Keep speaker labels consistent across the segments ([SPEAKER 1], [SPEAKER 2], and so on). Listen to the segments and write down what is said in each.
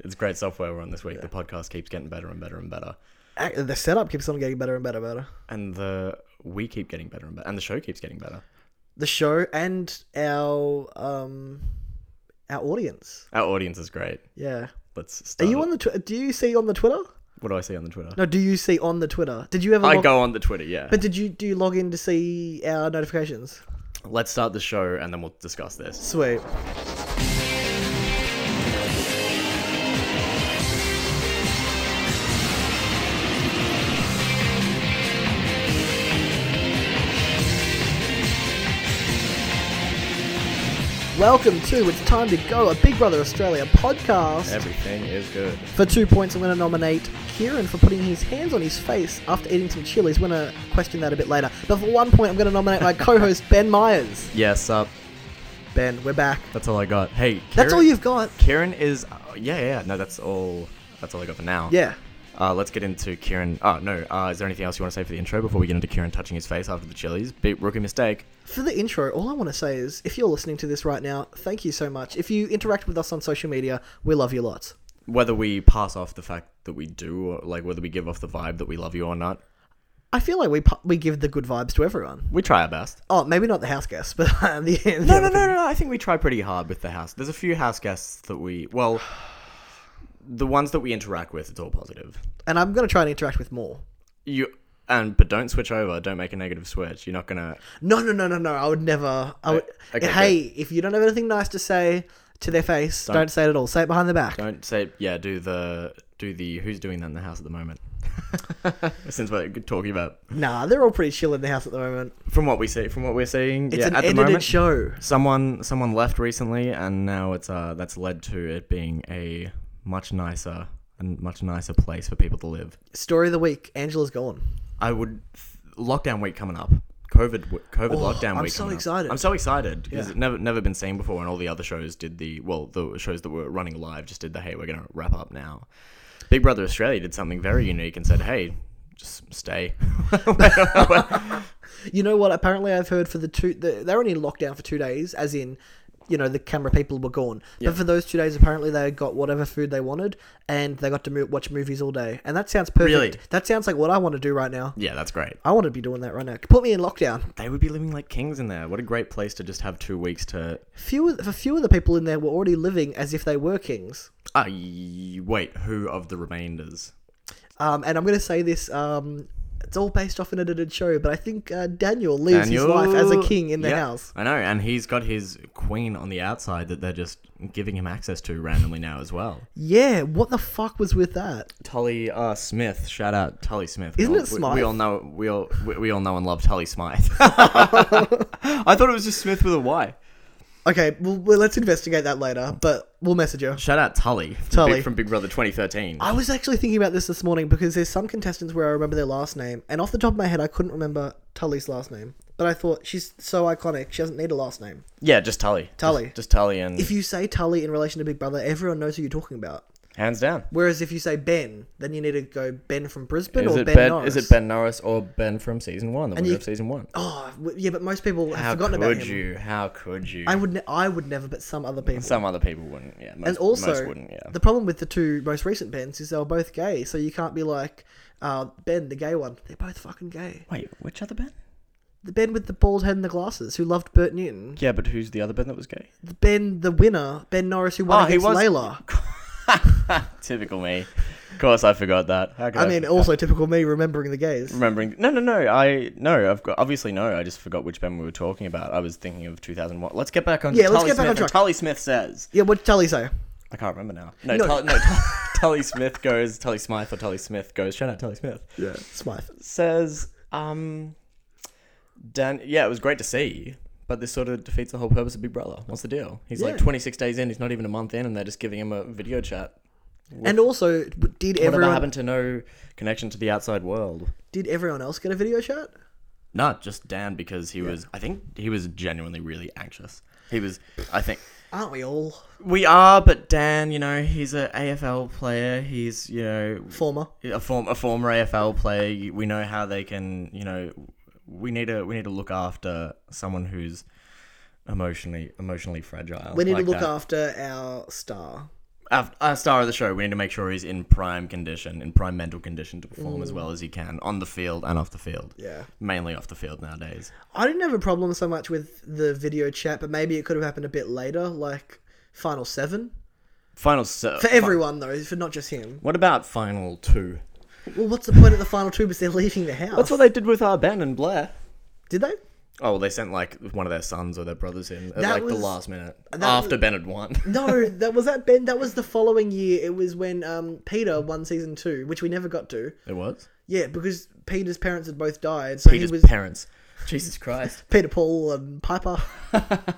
[SPEAKER 1] It's great software we're on this week. The podcast keeps getting better and better and better,
[SPEAKER 2] Ac- The setup keeps on getting better and better, better.
[SPEAKER 1] and the we keep getting better and better, and the show keeps getting better.
[SPEAKER 2] The show and our um our audience.
[SPEAKER 1] Our audience is great.
[SPEAKER 2] Yeah.
[SPEAKER 1] Let's.
[SPEAKER 2] Are
[SPEAKER 1] Start
[SPEAKER 2] you
[SPEAKER 1] it.
[SPEAKER 2] on the tw- do you see on the Twitter?
[SPEAKER 1] What do I see on the Twitter?
[SPEAKER 2] No, do you see on the Twitter? Did you ever
[SPEAKER 1] I
[SPEAKER 2] log-
[SPEAKER 1] go on the Twitter. Yeah.
[SPEAKER 2] But did you do you log in to see our notifications?
[SPEAKER 1] Let's start the show, and then we'll discuss this.
[SPEAKER 2] Sweet. Welcome to It's Time to Go, a Big Brother Australia podcast.
[SPEAKER 1] Everything is good.
[SPEAKER 2] For two points, I'm going to nominate Kieran for putting his hands on his face after eating some chilies. We're going to question that a bit later. But for one point, I'm going to nominate my co host, Ben Myers.
[SPEAKER 1] Yes, up.
[SPEAKER 2] Ben, we're back.
[SPEAKER 1] That's all I got. Hey, Kieran,
[SPEAKER 2] That's all you've got.
[SPEAKER 1] Kieran is. oh, yeah, yeah. No, that's all. That's all I got for now.
[SPEAKER 2] Yeah.
[SPEAKER 1] Uh, let's get into Kieran. Oh no. Uh, is there anything else you want to say for the intro before we get into Kieran touching his face after the chilies? Big rookie mistake.
[SPEAKER 2] For the intro, all I want to say is if you're listening to this right now, thank you so much. If you interact with us on social media, we love you lots.
[SPEAKER 1] Whether we pass off the fact that we do, or, like whether we give off the vibe that we love you or not,
[SPEAKER 2] I feel like we pu- we give the good vibes to everyone.
[SPEAKER 1] we try our best.
[SPEAKER 2] Oh, maybe not the house guests, but the, the
[SPEAKER 1] No, no, no, no, no. I think we try pretty hard with the house. There's a few house guests that we. Well, the ones that we interact with, it's all positive.
[SPEAKER 2] And I'm going to try and interact with more.
[SPEAKER 1] You and but don't switch over. Don't make a negative switch. You're not gonna.
[SPEAKER 2] No, no, no, no, no. I would never. I would.
[SPEAKER 1] Okay,
[SPEAKER 2] hey, if you don't have anything nice to say to their face, don't, say it at all. Say it behind their back.
[SPEAKER 1] Don't say yeah. Do the do the who's doing that in the house at the moment? Since we're talking about
[SPEAKER 2] Nah, they're all pretty chill in the house at the moment.
[SPEAKER 1] from what we see, from what we're seeing,
[SPEAKER 2] It's
[SPEAKER 1] yeah,
[SPEAKER 2] an
[SPEAKER 1] at the
[SPEAKER 2] edited
[SPEAKER 1] moment,
[SPEAKER 2] show.
[SPEAKER 1] someone someone left recently, and now it's uh that's led to it being a much nicer and much nicer place for people to live.
[SPEAKER 2] Story of the week: Angela's gone.
[SPEAKER 1] I would lockdown week coming up. COVID, w- COVID lockdown
[SPEAKER 2] Oh, I'm
[SPEAKER 1] week.
[SPEAKER 2] so
[SPEAKER 1] coming up.
[SPEAKER 2] excited.
[SPEAKER 1] I'm so excited because
[SPEAKER 2] Yeah.
[SPEAKER 1] it's never never been seen before, and all the other shows did the well, the shows that were running live just did the hey, we're gonna wrap up now. Big Brother Australia did something very unique and said, hey, just stay.
[SPEAKER 2] You know what? Apparently, I've heard for the two, the, they're only in lockdown for two days, as in, you know, the camera people were gone. But for those two days, apparently they got whatever food they wanted, and they got to mo- watch movies all day. And that sounds perfect.
[SPEAKER 1] Really?
[SPEAKER 2] That sounds like what I want to do right now.
[SPEAKER 1] yeah, that's great.
[SPEAKER 2] I want to be doing that right now. Put me in lockdown.
[SPEAKER 1] They would be living like kings in there. What a great place to just have two weeks to.
[SPEAKER 2] Few, of- a few of the people in there were already living as if they were kings.
[SPEAKER 1] Ah, y wait, who of the remainders?
[SPEAKER 2] Um, and I'm going to say this. Um, it's all based off an edited show, but I think uh, Daniel lives
[SPEAKER 1] Daniel-
[SPEAKER 2] his life as a king in the
[SPEAKER 1] Yeah,
[SPEAKER 2] house.
[SPEAKER 1] I know, and he's got his queen on the outside that they're just giving him access to randomly now as well.
[SPEAKER 2] Yeah, what the fuck was with that?
[SPEAKER 1] Tully uh, Smith, shout out Tully Smith. We
[SPEAKER 2] Isn't
[SPEAKER 1] all-
[SPEAKER 2] it
[SPEAKER 1] we- We,
[SPEAKER 2] Smythe?
[SPEAKER 1] all know we all we, we all know and love Tully Smythe. I thought it was just Smith with a Y.
[SPEAKER 2] Okay, well, well let's investigate that later, but we'll message her.
[SPEAKER 1] Shout out Tully, from
[SPEAKER 2] Tully.
[SPEAKER 1] Big, from Big Brother 2013.
[SPEAKER 2] I was actually thinking about this this morning because there's some contestants where I remember their last name, and off the top of my head, I couldn't remember Tully's last name. But I thought she's so iconic, she doesn't need a last name.
[SPEAKER 1] yeah, just Tully.
[SPEAKER 2] Tully.
[SPEAKER 1] Just, just Tully and
[SPEAKER 2] If you say Tully in relation to Big Brother, everyone knows who you're talking about.
[SPEAKER 1] hands down.
[SPEAKER 2] Whereas if you say Ben, then you need to go Ben from Brisbane
[SPEAKER 1] Is
[SPEAKER 2] or
[SPEAKER 1] it
[SPEAKER 2] Ben,
[SPEAKER 1] ben,
[SPEAKER 2] Norris.
[SPEAKER 1] Is it Ben Norris or Ben from season one? The winner
[SPEAKER 2] you-
[SPEAKER 1] of season one.
[SPEAKER 2] Oh, w- yeah, but most people have
[SPEAKER 1] How
[SPEAKER 2] forgotten
[SPEAKER 1] could
[SPEAKER 2] about him.
[SPEAKER 1] you? How could you?
[SPEAKER 2] I would, ne- I would never, but some other people.
[SPEAKER 1] Some other people wouldn't. Yeah, most,
[SPEAKER 2] and also,
[SPEAKER 1] most wouldn't. Yeah.
[SPEAKER 2] the problem with the two most recent Bens is they were both gay, so you can't be like uh, Ben, the gay one. They're both fucking gay.
[SPEAKER 1] Wait, which other Ben?
[SPEAKER 2] The Ben with the bald head and the glasses, who loved Bert Newton.
[SPEAKER 1] Yeah, but who's the other Ben that was gay?
[SPEAKER 2] The Ben, the winner, Ben Norris, who won
[SPEAKER 1] Oh, he
[SPEAKER 2] against
[SPEAKER 1] was-
[SPEAKER 2] Layla.
[SPEAKER 1] Typical me. Of course, I forgot that. How could
[SPEAKER 2] I mean,
[SPEAKER 1] forget?
[SPEAKER 2] also typical me remembering the gays.
[SPEAKER 1] remembering. No, no, no. I no. I've got obviously no. I just forgot which Ben we were talking about. I was thinking of 2001. Let's get back on.
[SPEAKER 2] Yeah, let's
[SPEAKER 1] Tully
[SPEAKER 2] get back
[SPEAKER 1] Smith
[SPEAKER 2] on
[SPEAKER 1] and
[SPEAKER 2] track.
[SPEAKER 1] Tully Smith says.
[SPEAKER 2] Yeah, what did Tully say?
[SPEAKER 1] I can't remember now. No,
[SPEAKER 2] No.
[SPEAKER 1] Tully, no Tully, Tully Smith goes. Tully Smythe or Tully Smith goes. Shout out Tully Smith.
[SPEAKER 2] Yeah, Smythe.
[SPEAKER 1] Says, um, Dan. Yeah, it was great to see. you, But this sort of defeats the whole purpose of Big Brother. What's the deal? He's
[SPEAKER 2] Yeah.
[SPEAKER 1] like 26 days in. He's not even a month in, and they're just giving him a video chat.
[SPEAKER 2] And also, w- did
[SPEAKER 1] Whatever
[SPEAKER 2] everyone
[SPEAKER 1] happened to no connection to the outside world?
[SPEAKER 2] did everyone else get a video chat?
[SPEAKER 1] Not just Dan because he was. I think he was genuinely really anxious. He was. I think
[SPEAKER 2] Aren't we all
[SPEAKER 1] we are, but Dan, you know, he's a AFL player. He's you know
[SPEAKER 2] former?
[SPEAKER 1] a form a former AFL player. We know how they can. You know, we need to we need to look after someone who's emotionally emotionally fragile.
[SPEAKER 2] We need
[SPEAKER 1] like
[SPEAKER 2] to look
[SPEAKER 1] that.
[SPEAKER 2] after our star.
[SPEAKER 1] Af- Our star of the show, we need to make sure he's in prime condition, in prime mental condition to perform as well as he can on the field and off the field.
[SPEAKER 2] Mm. Yeah.
[SPEAKER 1] Mainly off the field nowadays.
[SPEAKER 2] I didn't have a problem so much with the video chat, but maybe it could have happened a bit later, like final seven.
[SPEAKER 1] Final. Se-
[SPEAKER 2] For everyone though, for not just him.
[SPEAKER 1] what about final two?
[SPEAKER 2] Well, what's the point of the final two? Because they're leaving the house.
[SPEAKER 1] That's what they did with
[SPEAKER 2] uh,
[SPEAKER 1] our Ben and Blair.
[SPEAKER 2] Did they?
[SPEAKER 1] Oh, well, they sent like one of their sons or their brothers in at
[SPEAKER 2] That
[SPEAKER 1] like
[SPEAKER 2] was-
[SPEAKER 1] the last minute
[SPEAKER 2] that
[SPEAKER 1] after Ben had won.
[SPEAKER 2] No, that was that Ben. That was the following year. It was when um, Peter won season two, which we never got to.
[SPEAKER 1] it was
[SPEAKER 2] Yeah, because Peter's parents had both died, so
[SPEAKER 1] Peter's
[SPEAKER 2] he was
[SPEAKER 1] parents. Jesus Christ.
[SPEAKER 2] Peter Paul and Piper.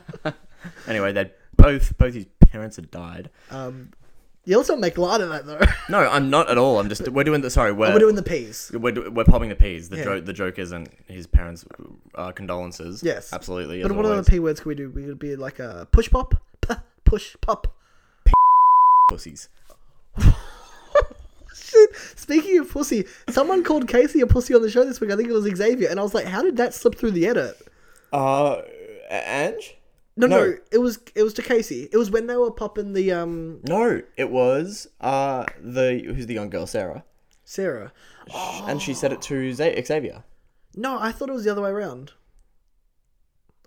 [SPEAKER 1] Anyway, they both both his parents had died.
[SPEAKER 2] Um, yeah, let's not make light of that though.
[SPEAKER 1] No, I'm not at all. I'm just we're doing the sorry we're
[SPEAKER 2] We're doing the peas.
[SPEAKER 1] we're, do- we're popping the peas. The
[SPEAKER 2] Yeah.
[SPEAKER 1] joke the joke isn't his parents' uh, condolences.
[SPEAKER 2] Yes.
[SPEAKER 1] absolutely.
[SPEAKER 2] But
[SPEAKER 1] as
[SPEAKER 2] what other
[SPEAKER 1] always.
[SPEAKER 2] p words could we do? We could be like a push pop, P- push pop.
[SPEAKER 1] pussies?
[SPEAKER 2] Shit. Speaking of pussy, someone called Casey a pussy on the show this week. I think it was Xavier, and I was like, how did that slip through the edit?
[SPEAKER 1] Uh, Ange?
[SPEAKER 2] No, no,
[SPEAKER 1] No.
[SPEAKER 2] it was it was to Casey. It was when they were popping the um
[SPEAKER 1] No, it was uh the who's the young girl Sarah,
[SPEAKER 2] Sarah.
[SPEAKER 1] and she said it to Za- Xavier.
[SPEAKER 2] No, I thought it was the other way around.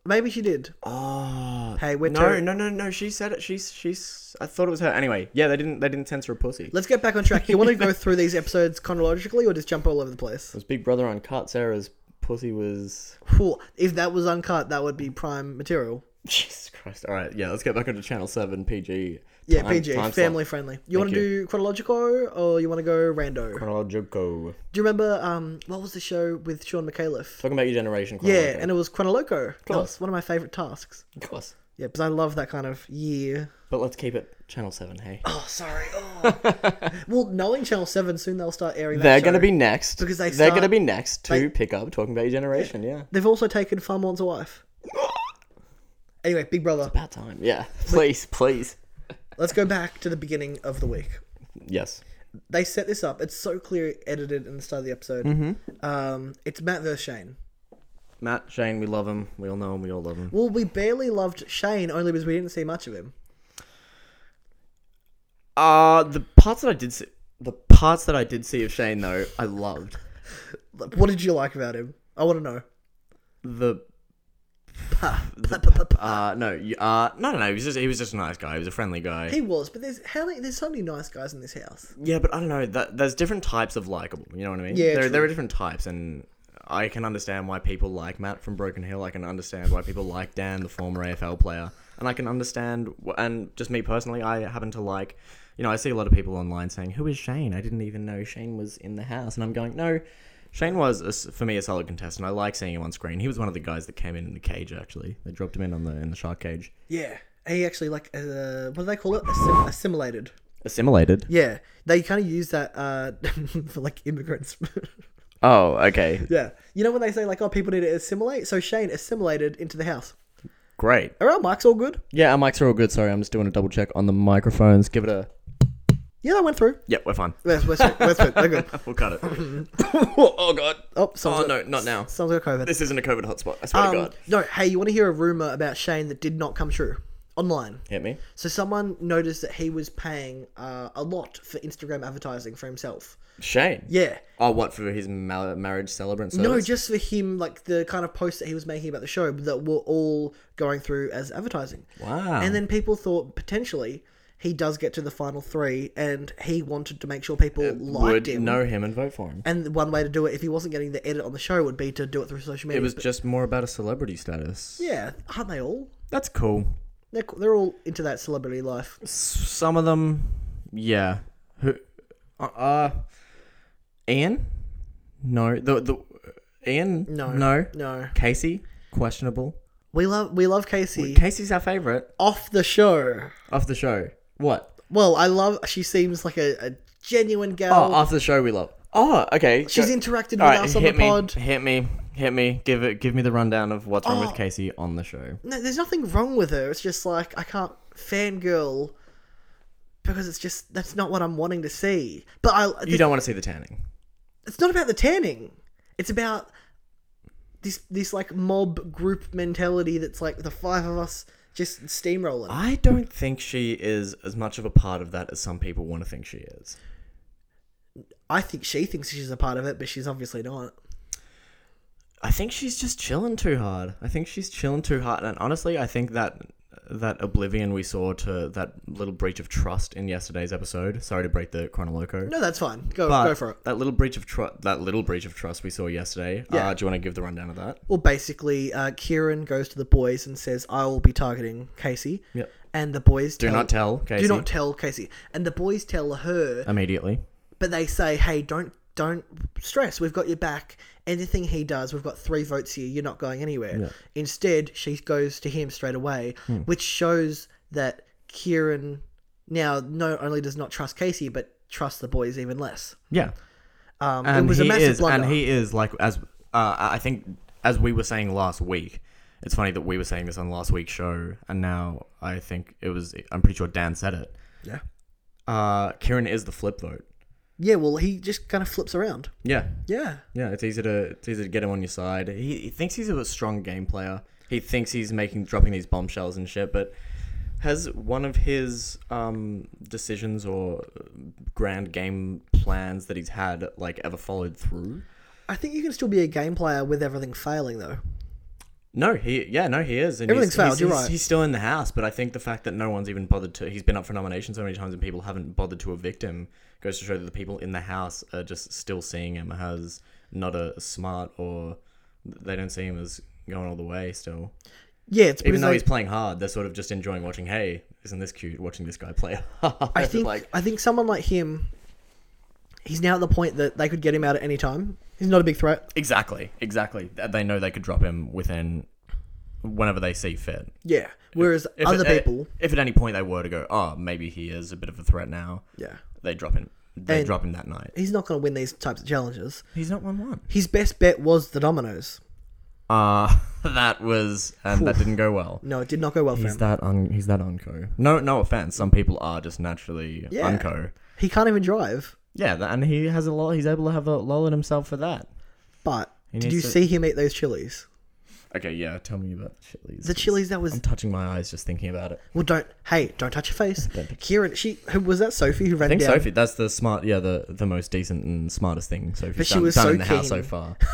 [SPEAKER 2] Maybe she did.
[SPEAKER 1] Oh,
[SPEAKER 2] Hey, we're
[SPEAKER 1] no,
[SPEAKER 2] ter-
[SPEAKER 1] no, no, no. She said it. She's, she's. I thought it was her. Anyway, yeah, they didn't, they didn't censor a pussy. It
[SPEAKER 2] Let's get back on track. You want to go through these episodes chronologically, or just jump all over the place?
[SPEAKER 1] was Big Brother on Cut. Sarah's pussy was.
[SPEAKER 2] Phew, If that was uncut, that would be prime material.
[SPEAKER 1] Jesus Christ! All right, yeah, let's get back onto Channel Seven PG.
[SPEAKER 2] Yeah,
[SPEAKER 1] Time-
[SPEAKER 2] PG,
[SPEAKER 1] time slot.
[SPEAKER 2] family friendly. You want to
[SPEAKER 1] Thank
[SPEAKER 2] do chronological, or you want to go rando?
[SPEAKER 1] Chronological.
[SPEAKER 2] Do you remember um what was the show with Sean McAuliffe?
[SPEAKER 1] Talking about your generation.
[SPEAKER 2] Yeah,
[SPEAKER 1] chronological.
[SPEAKER 2] and it was Chronoloco. That
[SPEAKER 1] Oh, Cool.
[SPEAKER 2] was one of my favorite tasks.
[SPEAKER 1] of course.
[SPEAKER 2] Yeah, because I love that kind of year.
[SPEAKER 1] But let's keep it Channel Seven. Hey,
[SPEAKER 2] Oh, sorry. Oh. well, knowing Channel Seven, soon they'll start airing. That
[SPEAKER 1] they're
[SPEAKER 2] show.
[SPEAKER 1] gonna be next
[SPEAKER 2] Because they
[SPEAKER 1] they're
[SPEAKER 2] start-
[SPEAKER 1] gonna be next to
[SPEAKER 2] they-
[SPEAKER 1] pick up talking about your generation. Yeah.
[SPEAKER 2] They've also taken Farmon's wife. Anyway, Big Brother.
[SPEAKER 1] About time. Yeah. Please, please.
[SPEAKER 2] Let's go back to the beginning of the week.
[SPEAKER 1] Yes.
[SPEAKER 2] They set this up. It's so clear edited in the start of the episode.
[SPEAKER 1] Mm-hmm.
[SPEAKER 2] Um, it's Matt versus Shane.
[SPEAKER 1] Matt, Shane, we love him. We all know him. We all love him.
[SPEAKER 2] Well, we barely loved Shane only because we didn't see much of him.
[SPEAKER 1] Uh the parts that I did see, the parts that I did see of Shane though, I loved
[SPEAKER 2] Like, What did you like about him? I want to know.
[SPEAKER 1] the. Uh no, you- uh no no no. He was just he was just a nice guy. He was a friendly guy.
[SPEAKER 2] He was, but there's how many, there's so many nice guys in this house.
[SPEAKER 1] yeah, but I don't know. That there's different types of likable. You know what I mean?
[SPEAKER 2] Yeah,
[SPEAKER 1] There
[SPEAKER 2] true.
[SPEAKER 1] there are different types, and I can understand why people like Matt from Broken Hill. I can understand why people like Dan, the former AFL player, and I can understand. wh- And just me personally, I happen to like. You know, I see a lot of people online saying, "Who is Shane?" I didn't even know Shane was in the house, and I'm going, "No." Shane was, a s for me, a solid contestant. I like seeing him on screen. He was one of the guys that came in in the cage. Actually, they dropped him in on the in the shark cage.
[SPEAKER 2] Yeah, he actually like uh, what do they call it? Assim- assimilated.
[SPEAKER 1] Assimilated.
[SPEAKER 2] Yeah, they kind of use that uh, for like immigrants.
[SPEAKER 1] Oh, okay,
[SPEAKER 2] yeah, you know when they say like, oh, people need to assimilate. So Shane assimilated into the house.
[SPEAKER 1] great.
[SPEAKER 2] Are our mics all good?
[SPEAKER 1] Yeah, our mics are all good. Sorry, I'm just doing a double check on the microphones. Give it a.
[SPEAKER 2] Yeah, that went through.
[SPEAKER 1] Yep, we're fine.
[SPEAKER 2] Yes, we're straight. We're straight. They're good.
[SPEAKER 1] We'll cut it. oh god.
[SPEAKER 2] Oh, someone's
[SPEAKER 1] Oh no, not now.
[SPEAKER 2] got, someone's got COVID.
[SPEAKER 1] This isn't a COVID hotspot. I swear to
[SPEAKER 2] Um,
[SPEAKER 1] God.
[SPEAKER 2] no, hey, you want to hear a rumor about Shane that did not come true online?
[SPEAKER 1] Hit me.
[SPEAKER 2] So someone noticed that he was paying uh, a lot for Instagram advertising for himself.
[SPEAKER 1] Shane.
[SPEAKER 2] Yeah.
[SPEAKER 1] Oh, what for his ma- marriage celebrant? Service?
[SPEAKER 2] No, just for him, like the kind of posts that he was making about the show that were all going through as advertising.
[SPEAKER 1] Wow.
[SPEAKER 2] And then people thought potentially he does get to the final three, and he wanted to make sure people liked
[SPEAKER 1] would
[SPEAKER 2] him.
[SPEAKER 1] know him and vote for him.
[SPEAKER 2] And one way to do it, if he wasn't getting the edit on the show, would be to do it through social media.
[SPEAKER 1] It was just more about a celebrity status.
[SPEAKER 2] yeah, aren't they all?
[SPEAKER 1] That's cool.
[SPEAKER 2] They're, they're all into that celebrity life.
[SPEAKER 1] S- Some of them, yeah. Who? Uh, uh Ian? No. The the Ian?
[SPEAKER 2] No.
[SPEAKER 1] No.
[SPEAKER 2] No,
[SPEAKER 1] Casey? Questionable.
[SPEAKER 2] we love we love Casey
[SPEAKER 1] Casey's our favorite
[SPEAKER 2] off the show.
[SPEAKER 1] off the show. What?
[SPEAKER 2] Well, I love. She seems like a, a genuine
[SPEAKER 1] Oh,
[SPEAKER 2] gal.
[SPEAKER 1] off the show we love. Oh, okay.
[SPEAKER 2] She's
[SPEAKER 1] Go-
[SPEAKER 2] interacted with
[SPEAKER 1] All right,
[SPEAKER 2] us on the
[SPEAKER 1] hit me,
[SPEAKER 2] pod.
[SPEAKER 1] hit me, hit me. Give it, give me the rundown of what's wrong
[SPEAKER 2] Oh.
[SPEAKER 1] with Casey on the show.
[SPEAKER 2] No, there's nothing wrong with her. It's just like I can't fangirl because it's just that's not what I'm wanting to see. But I,
[SPEAKER 1] You don't want to see the tanning.
[SPEAKER 2] it's not about the tanning. It's about this this like mob group mentality that's like the five of us just steamrolling.
[SPEAKER 1] I don't think she is as much of a part of that as some people want to think she is.
[SPEAKER 2] I think she thinks she's a part of it, but she's obviously not.
[SPEAKER 1] I think she's just chilling too hard. I think she's chilling too hard, and honestly, I think that that oblivion we saw to that little breach of trust in yesterday's episode. Sorry to break the chronoloco.
[SPEAKER 2] No, that's fine. Go
[SPEAKER 1] But
[SPEAKER 2] go for it.
[SPEAKER 1] That little breach of trust. That little breach of trust we saw yesterday.
[SPEAKER 2] Yeah.
[SPEAKER 1] Uh, do you want to give the rundown of that?
[SPEAKER 2] Well, basically, uh, Kieran goes to the boys and says, "I will be targeting Casey."
[SPEAKER 1] Yep.
[SPEAKER 2] And the boys
[SPEAKER 1] Uh, Do not tell. Casey,
[SPEAKER 2] Do not tell Casey. And the boys tell her,
[SPEAKER 1] immediately.
[SPEAKER 2] but they say, "Hey, don't don't stress. We've got your back. Anything he does, we've got three votes here. You're not going anywhere." Instead, she goes to him straight away, which shows that Kieran now not only does not trust Casey, but trusts the boys even less.
[SPEAKER 1] Yeah.
[SPEAKER 2] Um,
[SPEAKER 1] and
[SPEAKER 2] it was
[SPEAKER 1] he
[SPEAKER 2] a massive
[SPEAKER 1] is,
[SPEAKER 2] blunder.
[SPEAKER 1] and he is like as uh, I think as we were saying last week. It's funny that we were saying this on last week's show, and now I think it was. I'm pretty sure Dan said it.
[SPEAKER 2] yeah.
[SPEAKER 1] Uh, Kieran is the flip vote.
[SPEAKER 2] Yeah. Well, he just kind of flips around.
[SPEAKER 1] Yeah,
[SPEAKER 2] Yeah.
[SPEAKER 1] yeah. It's easy to it's easy to get him on your side. He, he thinks he's a strong game player. He thinks he's making dropping these bombshells and shit. But has one of his um, decisions or grand game plans that he's had like ever followed through?
[SPEAKER 2] I think you can still be a game player with everything failing, though.
[SPEAKER 1] No, he yeah, no, he is. And
[SPEAKER 2] Everything's
[SPEAKER 1] he's,
[SPEAKER 2] failed,
[SPEAKER 1] He's,
[SPEAKER 2] you're
[SPEAKER 1] he's-
[SPEAKER 2] right.
[SPEAKER 1] he's still in the house, but I think the fact that no one's even bothered to he's been up for nomination so many times and people haven't bothered to evict him goes to show that the people in the house are just still seeing him as not a smart or they don't see him as going all the way still.
[SPEAKER 2] Yeah, it's because
[SPEAKER 1] Even though
[SPEAKER 2] they-
[SPEAKER 1] he's playing hard, they're sort of just enjoying watching, hey, isn't this cute watching this guy play?
[SPEAKER 2] I think I think someone like him, he's now at the point that they could get him out at any time. He's not a big threat.
[SPEAKER 1] Exactly, exactly. They know they could drop him within whenever they see fit.
[SPEAKER 2] Yeah. Whereas
[SPEAKER 1] If uh,
[SPEAKER 2] other
[SPEAKER 1] at-
[SPEAKER 2] people,
[SPEAKER 1] if at any point they were to go, oh, maybe he is a bit of a threat now.
[SPEAKER 2] yeah,
[SPEAKER 1] They drop him. They
[SPEAKER 2] And-
[SPEAKER 1] drop him that night.
[SPEAKER 2] he's not going to win these types of challenges.
[SPEAKER 1] He's not one one.
[SPEAKER 2] His best bet was the dominoes.
[SPEAKER 1] Uh that was and that didn't go well.
[SPEAKER 2] No, it did not go well for
[SPEAKER 1] He's
[SPEAKER 2] him.
[SPEAKER 1] that un. He's that unco. No, no offense. Some people are just naturally
[SPEAKER 2] Yeah.
[SPEAKER 1] unco.
[SPEAKER 2] He can't even drive.
[SPEAKER 1] Yeah, tha- and he has a lot. He's able to have a lull in himself for that.
[SPEAKER 2] But did
[SPEAKER 1] needs
[SPEAKER 2] you
[SPEAKER 1] to-
[SPEAKER 2] see him eat those chilies?
[SPEAKER 1] Okay, yeah. Tell me about the chilies.
[SPEAKER 2] The chilies that was
[SPEAKER 1] I'm touching my eyes just thinking about it.
[SPEAKER 2] well, don't hey, don't touch your face. Kieran, she who was that Sophie who
[SPEAKER 1] I
[SPEAKER 2] ran
[SPEAKER 1] think
[SPEAKER 2] down.
[SPEAKER 1] Sophie. That's the smart. Yeah, the the most decent and smartest thing Sophie's
[SPEAKER 2] she
[SPEAKER 1] done,
[SPEAKER 2] was
[SPEAKER 1] done
[SPEAKER 2] so
[SPEAKER 1] in the house so
[SPEAKER 2] keen.
[SPEAKER 1] far.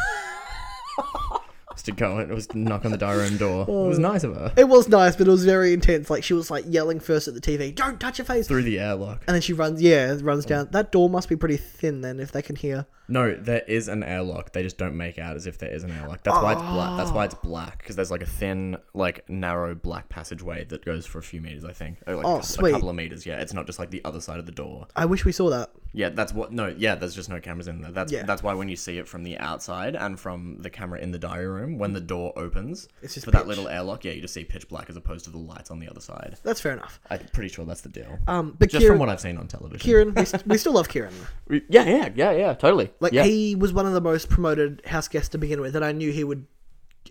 [SPEAKER 1] was to go and it was to knock on the diary room door.
[SPEAKER 2] Oh.
[SPEAKER 1] It was nice of her.
[SPEAKER 2] It was nice, but it was very intense. Like she was like yelling first at the TV, "Don't touch your face!"
[SPEAKER 1] Through the airlock.
[SPEAKER 2] And then she runs, yeah,
[SPEAKER 1] Oh.
[SPEAKER 2] runs down. That door must be pretty thin then, if they can hear.
[SPEAKER 1] No, there is an airlock. They just don't make out as if there is an airlock. That's why it's black. That's why it's black because there's like a thin, like narrow black passageway that goes for a few meters. I think. Or like
[SPEAKER 2] Oh,
[SPEAKER 1] a,
[SPEAKER 2] sweet.
[SPEAKER 1] a couple of meters. Yeah, it's not just like the other side of the door.
[SPEAKER 2] I wish we saw that.
[SPEAKER 1] Yeah, that's what. No, yeah, there's just no cameras in there. That's
[SPEAKER 2] Yeah.
[SPEAKER 1] that's why when you see it from the outside and from the camera in the diary room, when the door opens
[SPEAKER 2] It's just
[SPEAKER 1] for
[SPEAKER 2] pitch.
[SPEAKER 1] that little airlock, yeah, you just see pitch black as opposed to the lights on the other side.
[SPEAKER 2] That's fair enough.
[SPEAKER 1] I'm pretty sure that's the deal.
[SPEAKER 2] Um, but
[SPEAKER 1] just
[SPEAKER 2] Kieran,
[SPEAKER 1] from what I've seen on television.
[SPEAKER 2] Kieran we, we still love Kieran.
[SPEAKER 1] Yeah, yeah, yeah, yeah, totally.
[SPEAKER 2] Like
[SPEAKER 1] yeah.
[SPEAKER 2] he was one of the most promoted house guests to begin with, and I knew he would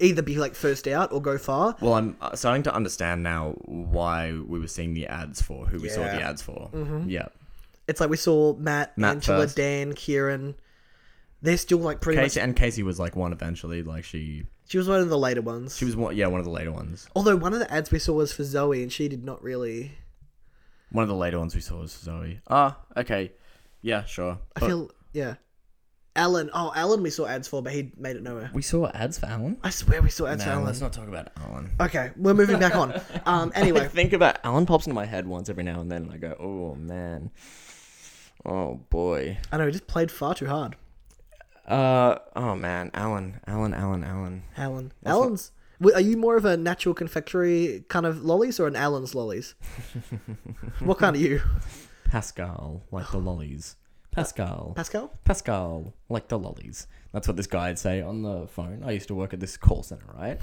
[SPEAKER 2] either be like first out or go far.
[SPEAKER 1] Well, I'm uh, starting to understand now why we were seeing the ads for who we saw
[SPEAKER 2] Yeah. Mm-hmm.
[SPEAKER 1] the ads for. Yeah,
[SPEAKER 2] It's like we saw Matt,
[SPEAKER 1] Matt
[SPEAKER 2] Angela,
[SPEAKER 1] first.
[SPEAKER 2] Dan, Kieran. They're still like pretty
[SPEAKER 1] Casey
[SPEAKER 2] much.
[SPEAKER 1] and Casey was like one eventually. Like she,
[SPEAKER 2] She was one of the later ones.
[SPEAKER 1] she was one. Yeah, one of the later ones.
[SPEAKER 2] Although one of the ads we saw was for Zoe, and she did not really.
[SPEAKER 1] One of the later ones we saw was Zoe. Ah, okay, yeah, sure.
[SPEAKER 2] I
[SPEAKER 1] But
[SPEAKER 2] feel yeah. Alan, oh Alan, we saw ads for, but he made it nowhere.
[SPEAKER 1] we saw ads for Alan.
[SPEAKER 2] I swear we saw ads for
[SPEAKER 1] No,
[SPEAKER 2] Alan.
[SPEAKER 1] let's not talk about Alan.
[SPEAKER 2] Okay, we're moving back on. Um,
[SPEAKER 1] I
[SPEAKER 2] anyway,
[SPEAKER 1] think about Alan pops into my head once every now and then, and I go, "Oh man, oh boy,
[SPEAKER 2] I know he just played far too hard.
[SPEAKER 1] uh, oh man, Alan, Alan, Alan, Alan."
[SPEAKER 2] Alan, Alan's. Wait, Are you more of a natural confectionery kind of lollies or an Alan's lollies? what kind of you,
[SPEAKER 1] Pascal, like the lollies.
[SPEAKER 2] Uh,
[SPEAKER 1] Pascal.
[SPEAKER 2] Pascal?
[SPEAKER 1] Pascal, like the lollies. That's what this guy'd say on the phone. I used to work at this call center, right?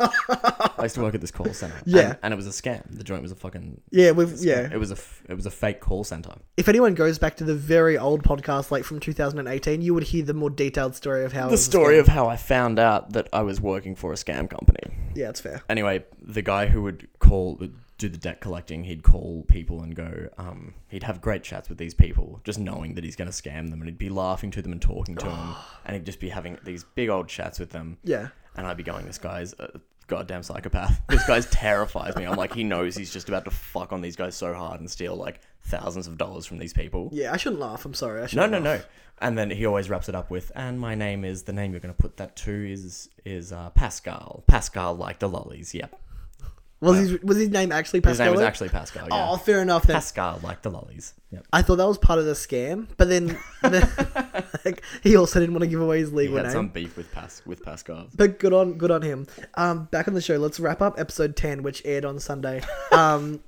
[SPEAKER 1] I used to work at this call center.
[SPEAKER 2] Yeah.
[SPEAKER 1] and, and it was a scam. The joint was a fucking
[SPEAKER 2] Yeah, we've
[SPEAKER 1] It
[SPEAKER 2] yeah. Oh,
[SPEAKER 1] was a f- it was a fake call center.
[SPEAKER 2] If anyone goes back to the very old podcast, like from 2018, you would hear the more detailed story of how it
[SPEAKER 1] The
[SPEAKER 2] was a
[SPEAKER 1] story
[SPEAKER 2] scam.
[SPEAKER 1] of how I found out that I was working for a scam company.
[SPEAKER 2] yeah, it's fair.
[SPEAKER 1] Anyway, the guy who would call do the debt collecting, he'd call people and go, um, he'd have great chats with these people, just knowing that he's going to scam them, and he'd be laughing to them and talking to them, and he'd just be having these big old chats with them.
[SPEAKER 2] Yeah,
[SPEAKER 1] and I'd be going, this guy's a goddamn psychopath. This guy's terrifies me. I'm like, he knows he's just about to fuck on these guys so hard and steal like thousands of dollars from these people.
[SPEAKER 2] Yeah, I shouldn't laugh. I'm sorry. I
[SPEAKER 1] No,
[SPEAKER 2] shouldn't
[SPEAKER 1] no,
[SPEAKER 2] laugh.
[SPEAKER 1] no. And then he always wraps it up with, and my name is the name you're going to put that to is is uh, Pascal. Pascal like the lollies. Yep.
[SPEAKER 2] Was his was his name actually
[SPEAKER 1] His
[SPEAKER 2] Pascal?
[SPEAKER 1] name was actually Pascal. Yeah.
[SPEAKER 2] Oh, fair enough then.
[SPEAKER 1] Pascal like the lollies. Yep.
[SPEAKER 2] I thought that was part of the scam, but then like, he also didn't want to give away his
[SPEAKER 1] He
[SPEAKER 2] legal
[SPEAKER 1] had
[SPEAKER 2] name.
[SPEAKER 1] some beef with Pas with Pascal.
[SPEAKER 2] But good on good on him. Um, back on the show, let's wrap up episode ten, which aired on Sunday. Um,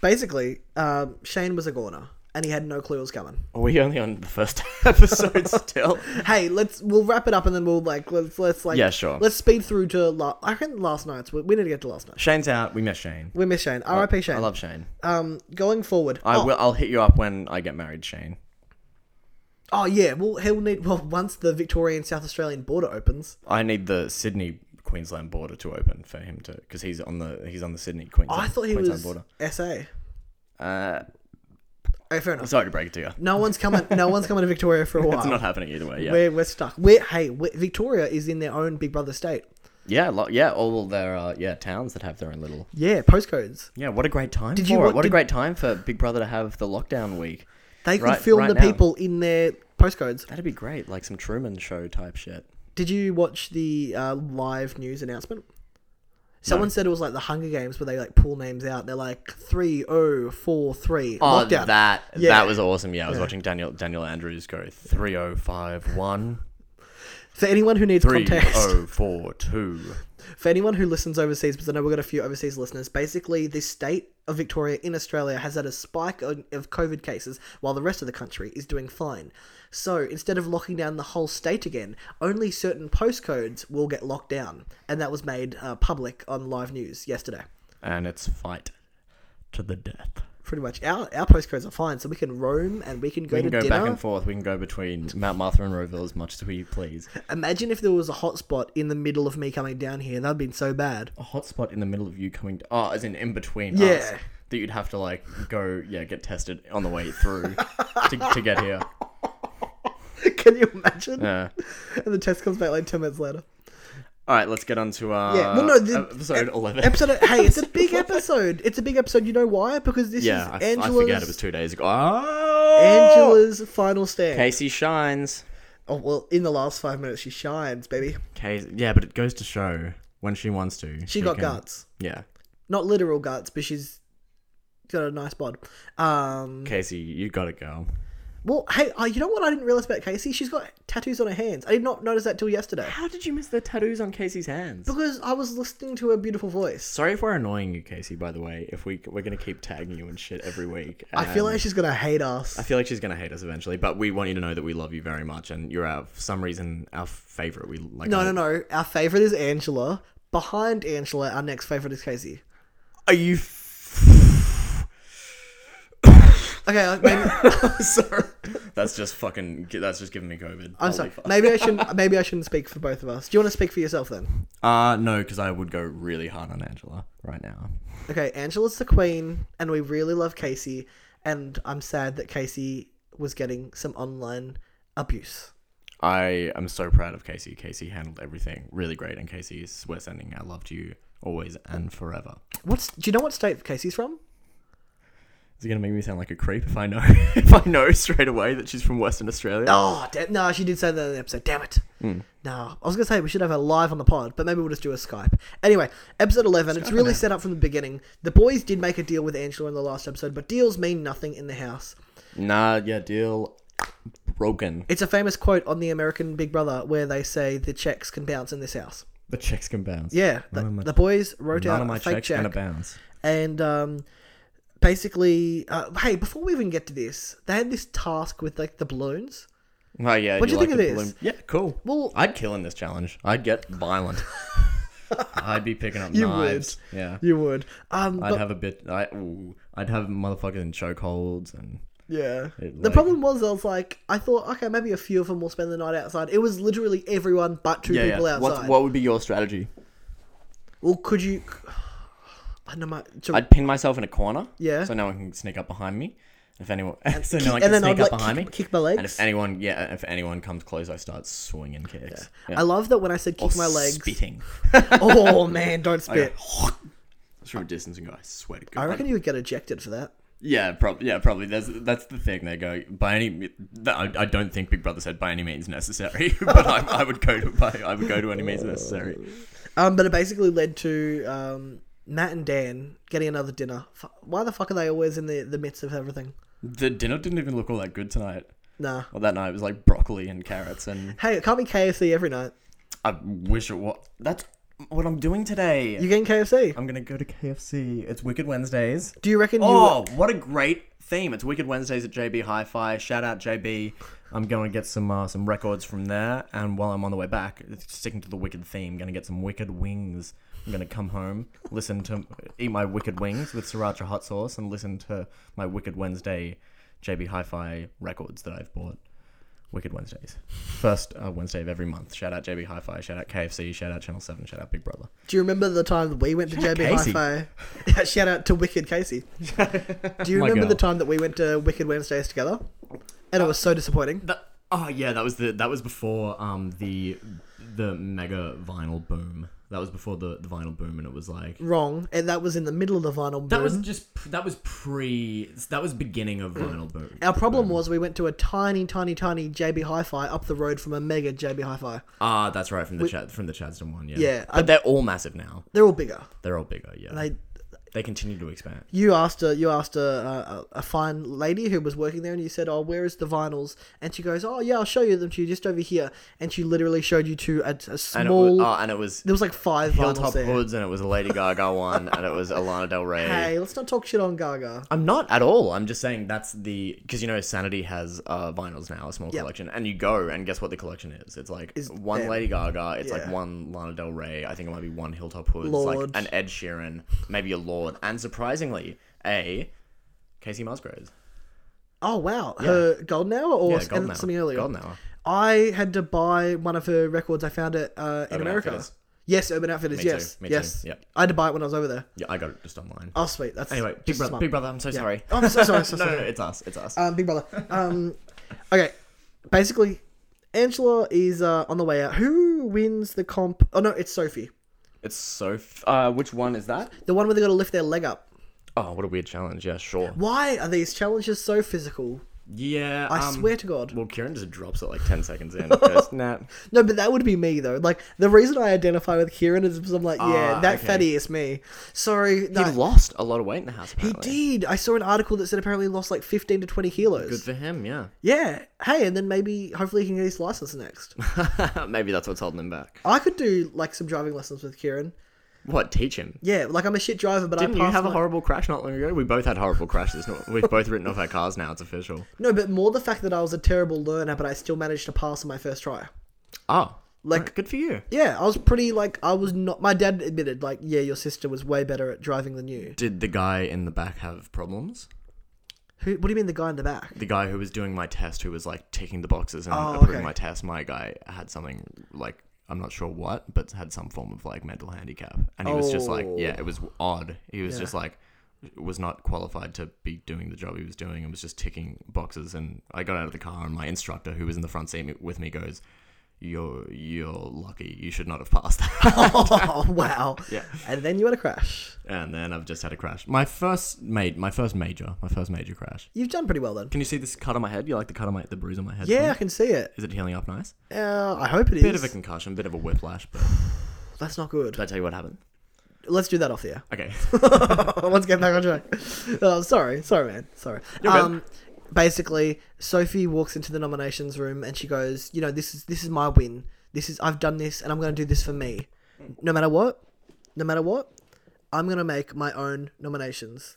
[SPEAKER 2] basically, um, Shane was a goner, and he had no clue it was coming.
[SPEAKER 1] Are we only on the first episode still?
[SPEAKER 2] Hey, let's we'll wrap it up, and then we'll like let's let's like
[SPEAKER 1] Yeah, sure.
[SPEAKER 2] Let's speed through to la- I reckon last night's. We, we need to get to last night.
[SPEAKER 1] Shane's out. We miss Shane.
[SPEAKER 2] We miss Shane. R.I.P. Shane.
[SPEAKER 1] I love Shane.
[SPEAKER 2] um, going forward.
[SPEAKER 1] I
[SPEAKER 2] oh,
[SPEAKER 1] will. I'll hit you up when I get married, Shane.
[SPEAKER 2] oh yeah. Well, he'll need. Well, once the Victorian South Australian border opens,
[SPEAKER 1] I need the Sydney Queensland border to open for him to because he's on the he's on the Sydney Queensland.
[SPEAKER 2] I thought he
[SPEAKER 1] Queensland
[SPEAKER 2] was
[SPEAKER 1] border.
[SPEAKER 2] SA.
[SPEAKER 1] Uh,
[SPEAKER 2] Okay, Oh, fair enough.
[SPEAKER 1] sorry to break it to you.
[SPEAKER 2] No one's coming. No one's coming to Victoria for a while.
[SPEAKER 1] It's not happening either way. Yeah,
[SPEAKER 2] We're, we're stuck. We're, hey, we Victoria is in their own Big Brother state.
[SPEAKER 1] yeah, lo- yeah. All their uh, yeah towns that have their own little.
[SPEAKER 2] Yeah, postcodes.
[SPEAKER 1] Yeah, what a great time
[SPEAKER 2] Did
[SPEAKER 1] for
[SPEAKER 2] you
[SPEAKER 1] it.
[SPEAKER 2] wa-
[SPEAKER 1] What
[SPEAKER 2] did-
[SPEAKER 1] a great time for Big Brother to have the lockdown week.
[SPEAKER 2] They could
[SPEAKER 1] Right-
[SPEAKER 2] film
[SPEAKER 1] right
[SPEAKER 2] the
[SPEAKER 1] now.
[SPEAKER 2] people in their postcodes.
[SPEAKER 1] That'd be great, like some Truman Show type shit.
[SPEAKER 2] Did you watch the uh, live news announcement? Someone said it was like the Hunger Games where they like pull names out. They're like three oh four three
[SPEAKER 1] Oh,
[SPEAKER 2] lockdown.
[SPEAKER 1] that
[SPEAKER 2] Yeah.
[SPEAKER 1] that was awesome. Yeah, I was watching Daniel Daniel Andrews go three oh five one
[SPEAKER 2] For anyone who needs
[SPEAKER 1] three
[SPEAKER 2] context,
[SPEAKER 1] oh four two.
[SPEAKER 2] for anyone who listens overseas, because I know we've got a few overseas listeners, basically this state of Victoria in Australia has had a spike on- of COVID cases while the rest of the country is doing fine. So instead of locking down the whole state again, only certain postcodes will get locked down. And that was made uh, public on live news yesterday.
[SPEAKER 1] and it's fight to the death.
[SPEAKER 2] Pretty much. Our, our postcodes are fine, so we can roam and we can go
[SPEAKER 1] We can
[SPEAKER 2] to
[SPEAKER 1] go
[SPEAKER 2] dinner.
[SPEAKER 1] back and forth. We can go between Mount Martha and Roeville as much as we please.
[SPEAKER 2] Imagine if there was a hotspot in the middle of me coming down here. That would have been so bad.
[SPEAKER 1] A hotspot in the middle of you coming. To, oh, as in in between. Us,
[SPEAKER 2] Yeah.
[SPEAKER 1] that you'd have to like go yeah get tested on the way through to, to get here.
[SPEAKER 2] can you imagine?
[SPEAKER 1] Yeah.
[SPEAKER 2] And the test comes back like 10 minutes later.
[SPEAKER 1] All right, let's get on to uh,
[SPEAKER 2] Yeah, well, no, the-
[SPEAKER 1] episode eleven.
[SPEAKER 2] episode. hey, it's a big episode. It's a big episode. You know why? Because this
[SPEAKER 1] yeah,
[SPEAKER 2] is
[SPEAKER 1] I, I
[SPEAKER 2] Angela's
[SPEAKER 1] forget it was two days ago. Oh,
[SPEAKER 2] Angela's final stand.
[SPEAKER 1] Casey shines.
[SPEAKER 2] Oh well, in the last five minutes, she shines, baby.
[SPEAKER 1] Casey, yeah, but it goes to show when she wants to.
[SPEAKER 2] She got
[SPEAKER 1] can-
[SPEAKER 2] guts,
[SPEAKER 1] Yeah,
[SPEAKER 2] not literal guts, but she's got a nice bod. Um,
[SPEAKER 1] Casey, you got it, girl.
[SPEAKER 2] well, hey, uh, you know what? I didn't realize about Casey. She's got tattoos on her hands. I did not notice that till yesterday
[SPEAKER 1] How did you miss the tattoos on Casey's hands?
[SPEAKER 2] because I was listening to her beautiful voice.
[SPEAKER 1] Sorry if we're annoying you, Casey. By the way, if we we're gonna keep tagging you and shit every week.
[SPEAKER 2] I feel
[SPEAKER 1] and
[SPEAKER 2] like she's gonna hate us.
[SPEAKER 1] Um, I feel like she's gonna hate us eventually, but we want you to know that we love you very much, and you're our for some reason our favorite. We like
[SPEAKER 2] no, no, no. Our favorite is Angela. Behind Angela, our next favorite is Casey.
[SPEAKER 1] Are you f-
[SPEAKER 2] Okay, like, maybe,
[SPEAKER 1] sorry? that's just fucking. That's just giving me COVID.
[SPEAKER 2] I'm sorry. Maybe I shouldn't. Maybe I shouldn't speak for both of us. Do you want to speak for yourself then?
[SPEAKER 1] Uh no, because I would go really hard on Angela right now.
[SPEAKER 2] Okay, Angela's the queen, and we really love Casey. And I'm sad that Casey was getting some online abuse.
[SPEAKER 1] I am so proud of Casey. Casey handled everything really great, and Casey, is- we're sending our love to you always and forever.
[SPEAKER 2] What's? Do you know what state Casey's from?
[SPEAKER 1] Is it gonna make me sound like a creep if I know if I know straight away that she's from Western Australia?
[SPEAKER 2] Oh, damn, no, she did say that in the episode. Damn it. No, I was gonna say we should have her live on the pod, but maybe we'll just do a Skype. Anyway, episode eleven. it's really set up from the beginning. The boys did make a deal with Angela in the last episode, but deals mean nothing in the house.
[SPEAKER 1] Nah, yeah, deal broken.
[SPEAKER 2] It's a famous quote on the American Big Brother where they say the checks can bounce in this house.
[SPEAKER 1] The checks can bounce.
[SPEAKER 2] Yeah, the,
[SPEAKER 1] None of Oh my-
[SPEAKER 2] the boys wrote
[SPEAKER 1] none
[SPEAKER 2] out
[SPEAKER 1] of my
[SPEAKER 2] a fake
[SPEAKER 1] checks
[SPEAKER 2] check,
[SPEAKER 1] gonna bounce.
[SPEAKER 2] and um, basically, uh, hey, before we even get to this, they had this task with like the balloons.
[SPEAKER 1] Oh yeah.
[SPEAKER 2] What'd you think
[SPEAKER 1] the
[SPEAKER 2] of this?
[SPEAKER 1] balloon- Yeah, cool.
[SPEAKER 2] Well-
[SPEAKER 1] I'd kill in this challenge. I'd get violent. I'd be picking up
[SPEAKER 2] You
[SPEAKER 1] knives. Yeah.
[SPEAKER 2] You would, um,
[SPEAKER 1] I'd
[SPEAKER 2] but,
[SPEAKER 1] have a bit. I, ooh, I'd have motherfuckers in chokeholds and
[SPEAKER 2] yeah.
[SPEAKER 1] It,
[SPEAKER 2] the
[SPEAKER 1] like-
[SPEAKER 2] problem was, I was like, I thought, okay, maybe a few of them will spend the night outside. It was literally everyone but two people outside.
[SPEAKER 1] would be your strategy?
[SPEAKER 2] Well, could you? I know my. to-
[SPEAKER 1] I'd pin myself in a corner.
[SPEAKER 2] Yeah.
[SPEAKER 1] So no one can sneak up behind me. If anyone, so no one can
[SPEAKER 2] and then
[SPEAKER 1] sneak
[SPEAKER 2] I'd
[SPEAKER 1] up
[SPEAKER 2] like
[SPEAKER 1] behind
[SPEAKER 2] kick,
[SPEAKER 1] me.
[SPEAKER 2] kick my legs.
[SPEAKER 1] And if anyone, yeah, if anyone comes close, I start swinging kicks. Yeah.
[SPEAKER 2] I love that when I said
[SPEAKER 1] Or
[SPEAKER 2] kick my legs.
[SPEAKER 1] Spitting.
[SPEAKER 2] oh man, don't
[SPEAKER 1] Like,
[SPEAKER 2] spit.
[SPEAKER 1] from a distance and go, I swear to God.
[SPEAKER 2] I reckon you would get ejected for that.
[SPEAKER 1] Yeah, probably. Yeah, probably. That's that's the thing. They go by any. me- I, I don't think Big Brother said by any means necessary, but I, I would go to by I would go to any means necessary.
[SPEAKER 2] Um, but it basically led to um, Matt and Dan getting another dinner. F- Why the fuck are they always in the, the midst of everything?
[SPEAKER 1] The dinner didn't even look all that good tonight.
[SPEAKER 2] Nah.
[SPEAKER 1] Well, that night it was like broccoli and carrots, and
[SPEAKER 2] Hey, it can't be KFC every night.
[SPEAKER 1] I wish it was. That's what I'm doing today.
[SPEAKER 2] You getting KFC?
[SPEAKER 1] I'm gonna go to KFC. It's Wicked Wednesdays.
[SPEAKER 2] Do you reckon you?
[SPEAKER 1] Oh, what a great theme! It's Wicked Wednesdays at JB Hi-Fi. Shout out JB. I'm going to get some uh, some records from there, and while I'm on the way back, sticking to the Wicked theme, going to get some Wicked wings. I'm going to come home, listen to eat my Wicked wings with sriracha hot sauce, and listen to my Wicked Wednesday JB Hi-Fi records that I've bought. Wicked Wednesdays, first uh, Wednesday of every month. Shout out JB Hi-Fi. Shout out KFC. Shout out Channel Seven. Shout out Big Brother.
[SPEAKER 2] Do you remember the time that we went to
[SPEAKER 1] Shout out
[SPEAKER 2] JB
[SPEAKER 1] Casey.
[SPEAKER 2] Hi-Fi? Shout out to Wicked Casey. Do you
[SPEAKER 1] My
[SPEAKER 2] remember the
[SPEAKER 1] girl.
[SPEAKER 2] time that we went to Wicked Wednesdays together? And it was so disappointing.
[SPEAKER 1] That, oh yeah, that was the that was before um the the mega vinyl boom. That was before the, the vinyl boom, and it was like
[SPEAKER 2] Wrong, and that was in the middle of the vinyl
[SPEAKER 1] that
[SPEAKER 2] boom. Mm.
[SPEAKER 1] was just that was pre that was beginning of vinyl boom.
[SPEAKER 2] Our problem was we went to a tiny, tiny, tiny JB Hi-Fi up the road from a mega JB Hi-Fi.
[SPEAKER 1] Ah, that's right from the Chad from the Chadston one. Yeah,
[SPEAKER 2] Yeah, I-
[SPEAKER 1] But they're all massive now.
[SPEAKER 2] They're all bigger.
[SPEAKER 1] They're all bigger. Yeah, they,
[SPEAKER 2] They
[SPEAKER 1] continue to expand.
[SPEAKER 2] you asked a you asked a, a a fine lady who was working there, and you said, "Oh, where is the vinyls?" And she goes, "Oh, yeah, I'll show you them to you just over here." And she literally showed you to a, a
[SPEAKER 1] And it was,
[SPEAKER 2] small.
[SPEAKER 1] oh, and it was
[SPEAKER 2] there was like five vinyls
[SPEAKER 1] Hilltop
[SPEAKER 2] there.
[SPEAKER 1] Hoods, and it was a Lady Gaga one, and it was Alana Del Rey.
[SPEAKER 2] Hey, let's not talk shit on Gaga.
[SPEAKER 1] I'm not at all. I'm just saying that's the because you know Sanity has uh, vinyls now, a small collection, and you go and guess what the collection is? It's like one
[SPEAKER 2] them.
[SPEAKER 1] Lady Gaga, it's like
[SPEAKER 2] Yeah.
[SPEAKER 1] one Lana Del Rey. I think it might be one Hilltop Hoods,
[SPEAKER 2] Lorde.
[SPEAKER 1] like an Ed Sheeran, maybe a Lord, and surprisingly, a Casey Musgraves.
[SPEAKER 2] Oh wow, her golden hour or
[SPEAKER 1] Yeah,
[SPEAKER 2] s-
[SPEAKER 1] Golden
[SPEAKER 2] and
[SPEAKER 1] Hour.
[SPEAKER 2] something earlier.
[SPEAKER 1] Golden Hour.
[SPEAKER 2] I had to buy one of her records. I found it uh, in
[SPEAKER 1] Urban
[SPEAKER 2] America.
[SPEAKER 1] Outfitters.
[SPEAKER 2] Yes, Urban Outfitters.
[SPEAKER 1] too,
[SPEAKER 2] yes,
[SPEAKER 1] me too,
[SPEAKER 2] yes.
[SPEAKER 1] yep.
[SPEAKER 2] I had to buy it when I was over there.
[SPEAKER 1] Yeah, I got it just online.
[SPEAKER 2] Oh sweet, that's
[SPEAKER 1] anyway, Big
[SPEAKER 2] just
[SPEAKER 1] Brother,
[SPEAKER 2] smart.
[SPEAKER 1] Big Brother. I'm so sorry.
[SPEAKER 2] Oh, I'm so sorry, so
[SPEAKER 1] no,
[SPEAKER 2] sorry.
[SPEAKER 1] no, no, it's us. It's us.
[SPEAKER 2] Um, Big Brother. Um, okay. Basically, Angela is uh, on the way out. Who wins the comp? Oh no, it's Sophie,
[SPEAKER 1] it's so. F- uh, which one is that?
[SPEAKER 2] the one where they got to lift their leg up.
[SPEAKER 1] Oh, what a weird challenge. Yeah, sure.
[SPEAKER 2] Why are these challenges so physical?
[SPEAKER 1] Yeah,
[SPEAKER 2] I
[SPEAKER 1] um,
[SPEAKER 2] swear to God.
[SPEAKER 1] Well, Kieran just drops it like ten seconds in. Goes, nah.
[SPEAKER 2] No, but that would be me though. Like the reason I identify with Kieran is because I'm like, yeah,
[SPEAKER 1] Ah,
[SPEAKER 2] that
[SPEAKER 1] okay.
[SPEAKER 2] fatty is me. Sorry, no,
[SPEAKER 1] He lost a lot of weight in the house.
[SPEAKER 2] he
[SPEAKER 1] Apparently.
[SPEAKER 2] did. I saw an article that said apparently he lost like 15 to 20 kilos.
[SPEAKER 1] Good for him, yeah.
[SPEAKER 2] Yeah. Hey, and then maybe hopefully he can get his license next.
[SPEAKER 1] Maybe that's what's holding him back.
[SPEAKER 2] I could do like some driving lessons with Kieran.
[SPEAKER 1] What? Teach him.
[SPEAKER 2] Yeah, like I'm a shit driver, but
[SPEAKER 1] Didn't
[SPEAKER 2] I
[SPEAKER 1] you
[SPEAKER 2] passed
[SPEAKER 1] have a
[SPEAKER 2] my-
[SPEAKER 1] horrible crash not long ago? We both had horrible crashes. No- We've both written off our cars now. It's official.
[SPEAKER 2] No, but more the fact that I was a terrible learner, but I still managed to pass on my first try.
[SPEAKER 1] Oh,
[SPEAKER 2] Like-
[SPEAKER 1] right, good for you.
[SPEAKER 2] Yeah, I was pretty like I was not. My dad admitted like, yeah, your sister was way better at driving than you.
[SPEAKER 1] Did the guy in the back have problems?
[SPEAKER 2] Who? What do you mean the guy in the back?
[SPEAKER 1] The guy who was doing my test, who was like ticking the boxes and
[SPEAKER 2] Oh,
[SPEAKER 1] approving
[SPEAKER 2] okay.
[SPEAKER 1] my test, my guy had something like I'm not sure what, but had some form of like mental handicap, and he was just like,
[SPEAKER 2] Oh.
[SPEAKER 1] yeah, it was odd. He was just like was not qualified to be doing the job he was doing and was just ticking boxes and I got out of the car and my instructor who was in the front seat with me goes you're you're lucky you should not have passed that
[SPEAKER 2] oh wow!
[SPEAKER 1] Yeah.
[SPEAKER 2] And then you had a crash.
[SPEAKER 1] and then I've just had a crash my first mate my first major my first major crash
[SPEAKER 2] You've done pretty well then.
[SPEAKER 1] can you see this cut on my head you like the cut on my the bruise on my head
[SPEAKER 2] Yeah, I can see it.
[SPEAKER 1] is it healing up nice
[SPEAKER 2] Uh, I hope it is.
[SPEAKER 1] bit of a concussion, bit of a whiplash, but
[SPEAKER 2] That's not good.
[SPEAKER 1] did I tell you what happened?
[SPEAKER 2] Let's do that off the air.
[SPEAKER 1] Okay.
[SPEAKER 2] Let's get back on track. Oh, sorry, sorry, man, sorry.
[SPEAKER 1] good.
[SPEAKER 2] um, basically, Sophie walks into the nominations room and she goes, "You know, this is this is my win. This is I've done this, and I'm going to do this for me, no matter what, no matter what. I'm going to make my own nominations."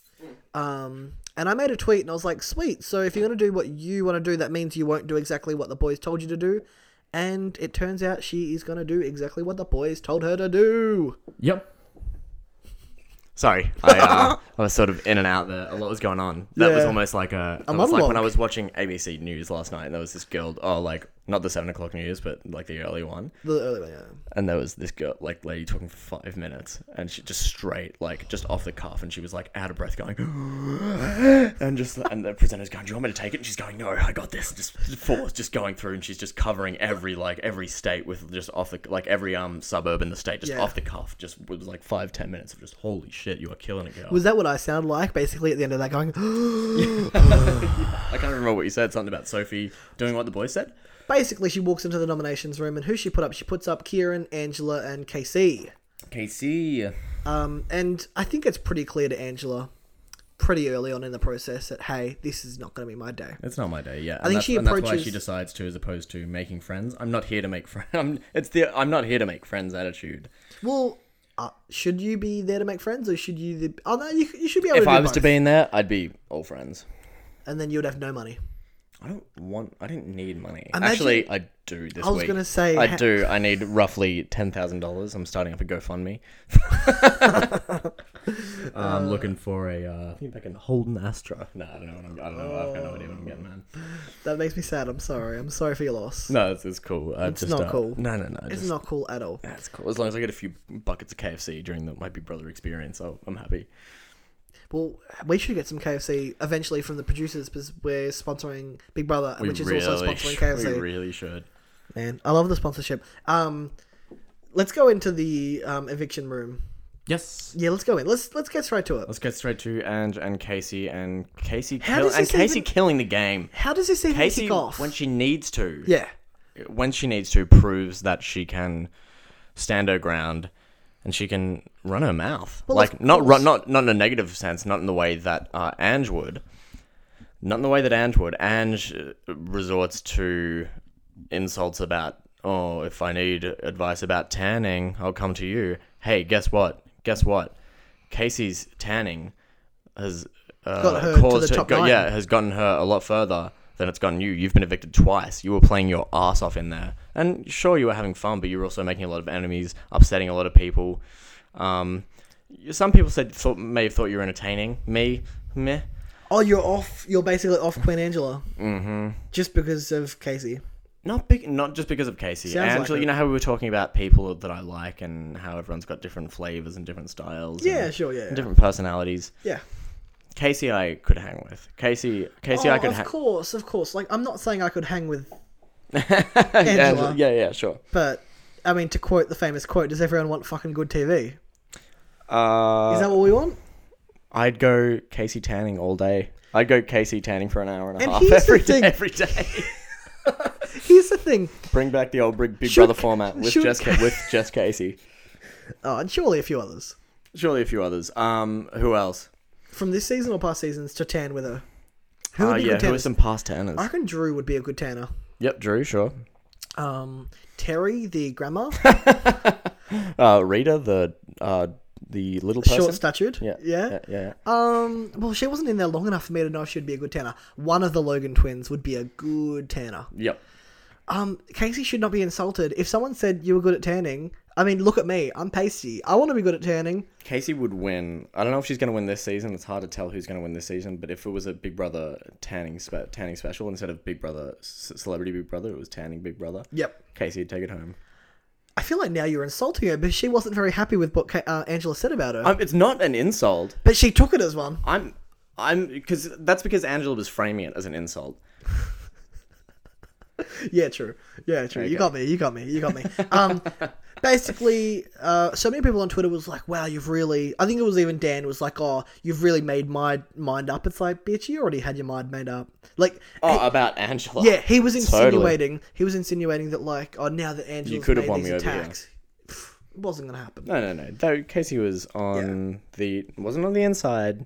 [SPEAKER 2] Um, and I made a tweet and I was like, "Sweet. So if you're going to do what you want to do, that means you won't do exactly what the boys told you to do." And it turns out she is going to do exactly what the boys told her to do.
[SPEAKER 1] yep. Sorry, I, uh, I was sort of in and out there. A lot was going on. That was
[SPEAKER 2] Yeah.
[SPEAKER 1] almost like a. That was like when
[SPEAKER 2] monologue.
[SPEAKER 1] I was watching ABC News last night. There was this girl. Oh, like Not the seven o'clock news, but like the early one.
[SPEAKER 2] The early one, yeah.
[SPEAKER 1] And there was this girl, like lady, talking for five minutes, and she just straight, like just off the cuff, and she was like out of breath, going, and just and the presenter's going, "Do you want me to take it?" And she's going, "No, I got this." Just force, just going through, and she's just covering every like every state with just off the like every um suburb in the state, just
[SPEAKER 2] Yeah.
[SPEAKER 1] off the cuff. Just it was like five ten minutes of just holy shit, you are killing it, girl.
[SPEAKER 2] Was that what I sound like basically at the end of that going,
[SPEAKER 1] I can't remember what you said. Something about Sophie doing what the boys said.
[SPEAKER 2] basically she walks into the nominations room and who she put up? She puts up Kieran, Angela and KC.
[SPEAKER 1] Casey.
[SPEAKER 2] Um, and I think it's pretty clear to Angela pretty early on in the process that hey, this is not going to be my day.
[SPEAKER 1] It's not my day. Yeah, I
[SPEAKER 2] think
[SPEAKER 1] that's,
[SPEAKER 2] she
[SPEAKER 1] and that's why
[SPEAKER 2] approaches-
[SPEAKER 1] she decides to, as opposed to making friends. I'm not here to make friends. It's the I'm not here to make friends attitude.
[SPEAKER 2] Well, uh, should you be there to make friends or should you? The, oh no, you, you should be able
[SPEAKER 1] If
[SPEAKER 2] to.
[SPEAKER 1] I
[SPEAKER 2] do
[SPEAKER 1] was to
[SPEAKER 2] both.
[SPEAKER 1] be in there, I'd be all friends.
[SPEAKER 2] and then you would have no money.
[SPEAKER 1] I don't want. I didn't need money.
[SPEAKER 2] Imagine-
[SPEAKER 1] Actually, I do this.
[SPEAKER 2] I was
[SPEAKER 1] week.
[SPEAKER 2] gonna say,
[SPEAKER 1] I
[SPEAKER 2] ha-
[SPEAKER 1] do. I need roughly ten thousand dollars. I'm starting up a GoFundMe. Uh, I'm looking for a. Uh, I think I can hold an Astra. No, I don't know. What I'm, I don't know. I've got no idea what I'm getting, man.
[SPEAKER 2] That makes me sad. I'm sorry. I'm sorry for your loss.
[SPEAKER 1] No, it's, it's cool. I it's just,
[SPEAKER 2] not
[SPEAKER 1] uh,
[SPEAKER 2] cool.
[SPEAKER 1] No, no, no.
[SPEAKER 2] It's
[SPEAKER 1] just-
[SPEAKER 2] not cool at all.
[SPEAKER 1] That's cool. As long as I get a few buckets of KFC during the, my Big Brother experience, I'll, I'm happy.
[SPEAKER 2] Well, we should get some KFC eventually from the producers because we're sponsoring Big Brother, which is also sponsoring KFC.
[SPEAKER 1] We really should.
[SPEAKER 2] Man, I love the sponsorship. Um, let's go into the um, eviction room.
[SPEAKER 1] Yes.
[SPEAKER 2] Yeah, let's go in. Let's let's get straight to it.
[SPEAKER 1] Let's get straight to Ange and Casey and Casey
[SPEAKER 2] How
[SPEAKER 1] kill,
[SPEAKER 2] does
[SPEAKER 1] and
[SPEAKER 2] this
[SPEAKER 1] Casey
[SPEAKER 2] even-
[SPEAKER 1] killing the game.
[SPEAKER 2] How does this even
[SPEAKER 1] Casey
[SPEAKER 2] kick off?
[SPEAKER 1] when she needs to.
[SPEAKER 2] yeah,
[SPEAKER 1] When she needs to proves that she can stand her ground and she can run her mouth.
[SPEAKER 2] Well,
[SPEAKER 1] like
[SPEAKER 2] of
[SPEAKER 1] not
[SPEAKER 2] course.
[SPEAKER 1] run, not not in a negative sense, not in the way that uh, Ange would. Not in the way that Ange would. Ange uh, resorts to insults about, oh, if I need advice about tanning, I'll come to you. Hey, guess what? Guess what? Casey's tanning has uh,
[SPEAKER 2] Got her to
[SPEAKER 1] caused
[SPEAKER 2] the top
[SPEAKER 1] got-
[SPEAKER 2] nine.
[SPEAKER 1] yeah, has gotten her a lot further than it's gotten you. You've been evicted twice. You were playing your ass off in there, and sure, you were having fun, but you were also making a lot of enemies, upsetting a lot of people. Um, some people said thought may have thought you were entertaining. Me, meh.
[SPEAKER 2] Oh, you're off. You're basically off Queen Angela. Mm-hmm. Just because of Casey.
[SPEAKER 1] Not big, not just because of Casey.
[SPEAKER 2] Sounds like
[SPEAKER 1] Angela,
[SPEAKER 2] it.
[SPEAKER 1] you know how we were talking about people that I like and how everyone's got different flavors and different styles. and
[SPEAKER 2] Yeah, sure, yeah.
[SPEAKER 1] Different personalities.
[SPEAKER 2] Yeah.
[SPEAKER 1] Casey, I could hang with. Casey, Casey,
[SPEAKER 2] oh,
[SPEAKER 1] I could
[SPEAKER 2] of
[SPEAKER 1] hang.
[SPEAKER 2] course, of course. Like, I'm not saying I could hang with,
[SPEAKER 1] Angela,
[SPEAKER 2] Angela.
[SPEAKER 1] yeah, yeah, sure.
[SPEAKER 2] but I mean, to quote the famous quote, "Does everyone want fucking good TV?"
[SPEAKER 1] Uh,
[SPEAKER 2] Is that what we want?
[SPEAKER 1] I'd go Casey Tanning all day. I'd go Casey Tanning for an hour and a
[SPEAKER 2] And
[SPEAKER 1] half
[SPEAKER 2] here's the
[SPEAKER 1] every day.
[SPEAKER 2] thing-
[SPEAKER 1] Every day.
[SPEAKER 2] Here's the thing.
[SPEAKER 1] Bring back the old Big, big
[SPEAKER 2] Should-
[SPEAKER 1] Brother format with
[SPEAKER 2] should-
[SPEAKER 1] Jess Ca- with Jess Casey.
[SPEAKER 2] Oh, and surely a few others
[SPEAKER 1] Surely a few others. Um, who else?
[SPEAKER 2] from this season or past seasons to tan with her. Who would
[SPEAKER 1] uh,
[SPEAKER 2] be
[SPEAKER 1] yeah,
[SPEAKER 2] good
[SPEAKER 1] who are
[SPEAKER 2] tanners?
[SPEAKER 1] some past tanners?
[SPEAKER 2] I reckon Drew would be a good tanner.
[SPEAKER 1] Yep, Drew, sure.
[SPEAKER 2] Um, Terry, the grandma,
[SPEAKER 1] Uh, Rita, the uh, the little person.
[SPEAKER 2] short statured.
[SPEAKER 1] yeah,
[SPEAKER 2] yeah.
[SPEAKER 1] yeah, yeah.
[SPEAKER 2] Um, well, she wasn't in there long enough for me to know if she'd be a good tanner. One of the Logan twins would be a good tanner.
[SPEAKER 1] Yep.
[SPEAKER 2] Um, Casey should not be insulted. If someone said you were good at tanning, I mean, look at me. I'm pasty. I want to be good at tanning.
[SPEAKER 1] Casey would win. I don't know if she's going to win this season. It's hard to tell who's going to win this season. But if it was a Big Brother tanning spe- tanning special instead of Big Brother c- Celebrity Big Brother, it was tanning Big Brother.
[SPEAKER 2] Yep.
[SPEAKER 1] Casey would take it home.
[SPEAKER 2] I feel like now you're insulting her, but she wasn't very happy with what Ca- uh, Angela said about her.
[SPEAKER 1] Um, it's not an insult.
[SPEAKER 2] but she took it as one.
[SPEAKER 1] I'm, I'm, because that's because Angela was framing it as an insult.
[SPEAKER 2] Yeah, true. Yeah, true. You
[SPEAKER 1] Okay.
[SPEAKER 2] got me. You got me. You got me. Um, basically, uh, so many people on Twitter was like, "Wow, you've really." I think it was even Dan was like, "Oh, you've really made my mind up." It's like, bitch, you already had your mind made up. Like,
[SPEAKER 1] Oh, about Angela.
[SPEAKER 2] yeah, he was
[SPEAKER 1] Totally.
[SPEAKER 2] insinuating. He was insinuating that like, oh, now that Angela's
[SPEAKER 1] You could have
[SPEAKER 2] made
[SPEAKER 1] won
[SPEAKER 2] these
[SPEAKER 1] me over, yeah.
[SPEAKER 2] attacks, pff, it wasn't gonna happen.
[SPEAKER 1] No, no, no. Though Casey was on the wasn't on the inside.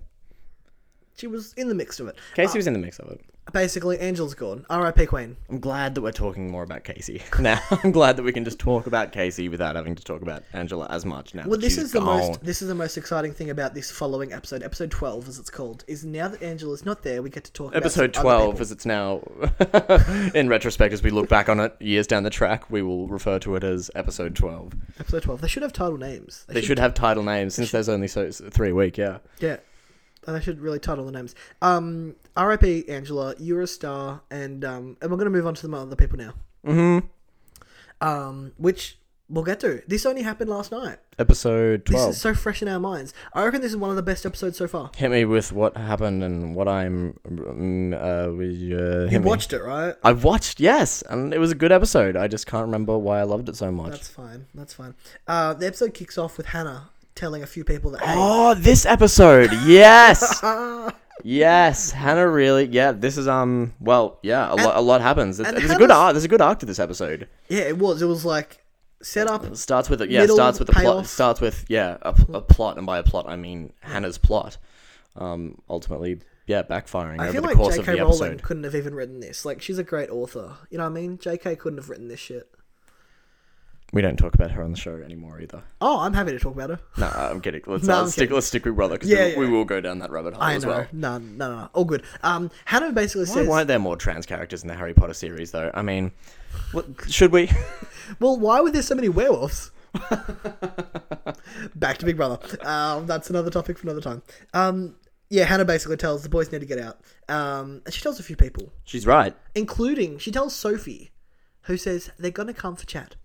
[SPEAKER 2] She was in the mix of it.
[SPEAKER 1] Casey was in the mix of it.
[SPEAKER 2] Basically, Angela's gone. R.I.P. Queen.
[SPEAKER 1] I'm glad that we're talking more about Casey now. I'm glad that we can just talk about Casey without having to talk about Angela as much now.
[SPEAKER 2] Well,
[SPEAKER 1] that
[SPEAKER 2] this
[SPEAKER 1] she's
[SPEAKER 2] is the
[SPEAKER 1] gone.
[SPEAKER 2] most. This is the most exciting thing about this following episode, episode twelve, as it's called, is now that Angela's not there, we get to talk.
[SPEAKER 1] Episode
[SPEAKER 2] about some other
[SPEAKER 1] 12,
[SPEAKER 2] people.
[SPEAKER 1] as it's now, in retrospect, as we look back on it years down the track, we will refer to it as episode 12.
[SPEAKER 2] Episode twelve. They should have title names.
[SPEAKER 1] They should have title names since there's only so, three a week, yeah.
[SPEAKER 2] Yeah. I should really title the names. Um, R.I.P. Angela, you're a star, and um, and we're gonna move on to the other people now.
[SPEAKER 3] Mm-hmm.
[SPEAKER 2] Um, which we'll get to. This only happened last night.
[SPEAKER 1] Episode
[SPEAKER 2] This
[SPEAKER 1] 12.
[SPEAKER 2] is so fresh in our minds. I reckon this is one of the best episodes so far.
[SPEAKER 1] Hit me with what happened and what I'm. mm, Uh, we, uh,
[SPEAKER 2] You
[SPEAKER 1] hit me.
[SPEAKER 2] watched it, right?
[SPEAKER 1] I've watched, yes, and it was a good episode. I just can't remember why I loved it so much.
[SPEAKER 2] That's fine. That's fine. Uh, the episode kicks off with Hannah telling a few people that hey,
[SPEAKER 1] Oh, this episode, yes, yes, Hannah really, yeah. This is um, well, yeah, a lot, a lot happens. It's,
[SPEAKER 2] and
[SPEAKER 1] there's a good
[SPEAKER 2] Hannah's-
[SPEAKER 1] arc. There's a good arc to this episode.
[SPEAKER 2] yeah, it was. It was like set up.
[SPEAKER 1] It starts with a, yeah,
[SPEAKER 2] Middle
[SPEAKER 1] starts with a plot.
[SPEAKER 2] payoff. Hmm.
[SPEAKER 1] Starts with yeah, a, p- a plot, and by a plot I mean Hannah's plot. Um, ultimately, yeah, backfiring
[SPEAKER 2] I
[SPEAKER 1] over
[SPEAKER 2] feel
[SPEAKER 1] the
[SPEAKER 2] like
[SPEAKER 1] course of the
[SPEAKER 2] J.K. Rowling
[SPEAKER 1] episode.
[SPEAKER 2] couldn't have even written this. Like she's a great author. You know what I mean? J.K. couldn't have written this shit.
[SPEAKER 1] We don't talk about her on the show anymore either.
[SPEAKER 2] Oh, I'm happy to talk about her.
[SPEAKER 1] No, I'm kidding. Let's,
[SPEAKER 2] No,
[SPEAKER 1] uh,
[SPEAKER 2] I'm
[SPEAKER 1] stick. Let's stick with brother because
[SPEAKER 2] Yeah,
[SPEAKER 1] we,
[SPEAKER 2] yeah.
[SPEAKER 1] we will go down that rabbit hole
[SPEAKER 2] I
[SPEAKER 1] as
[SPEAKER 2] know.
[SPEAKER 1] well.
[SPEAKER 2] No, no, no, no. All good. Um, Hannah basically
[SPEAKER 1] Why
[SPEAKER 2] says,
[SPEAKER 1] weren't there more trans characters in the Harry Potter series, though? I mean, what, should we?
[SPEAKER 2] "Well, why were there so many werewolves?" Back to Big Brother. Um, that's another topic for another time. Um, yeah, Hannah basically tells the boys need to get out. Um, and she tells a few people,
[SPEAKER 1] She's right.
[SPEAKER 2] including she tells Sophie, who says they're gonna come for chat.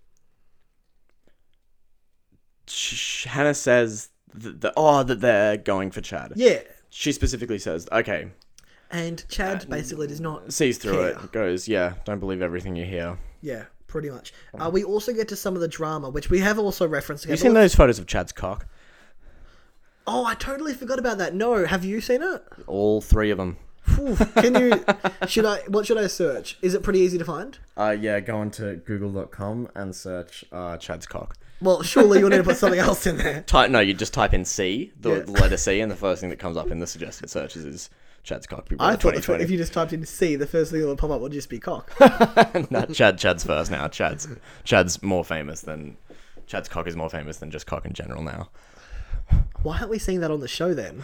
[SPEAKER 1] Sh- Hannah says, th the, "Oh, that they're going for Chad."
[SPEAKER 2] Yeah,
[SPEAKER 1] She specifically says, "Okay,
[SPEAKER 2] and Chad basically does not
[SPEAKER 1] Uh, sees through
[SPEAKER 2] care.
[SPEAKER 1] it." Goes, "Yeah, don't believe everything you hear."
[SPEAKER 2] Yeah, pretty much. Uh, we also get to some of the drama, which we have also referenced. again,
[SPEAKER 1] You
[SPEAKER 2] but
[SPEAKER 1] seen
[SPEAKER 2] let's-
[SPEAKER 1] those photos of Chad's cock?
[SPEAKER 2] Oh, I totally forgot about that. No, have you seen it?
[SPEAKER 1] All three of them.
[SPEAKER 2] Phew, Can you? should I? What should I search? Is it pretty easy to find?
[SPEAKER 1] Uh, yeah, go onto google.com and search uh, Chad's cock.
[SPEAKER 2] Well, surely you'll need to put something else in there.
[SPEAKER 1] Type no, you just type in C, the
[SPEAKER 2] Yeah.
[SPEAKER 1] the letter C, and the first thing that comes up in the suggested searches is Chad's cock. Big Brother
[SPEAKER 2] I thought that
[SPEAKER 1] 2020.
[SPEAKER 2] if you just typed in C, the first thing that would pop up would just be cock.
[SPEAKER 1] No, Chad. Chad's first now. Chad's Chad's more famous than Chad's cock is more famous than just cock in general now.
[SPEAKER 2] Why aren't we seeing that on the show then?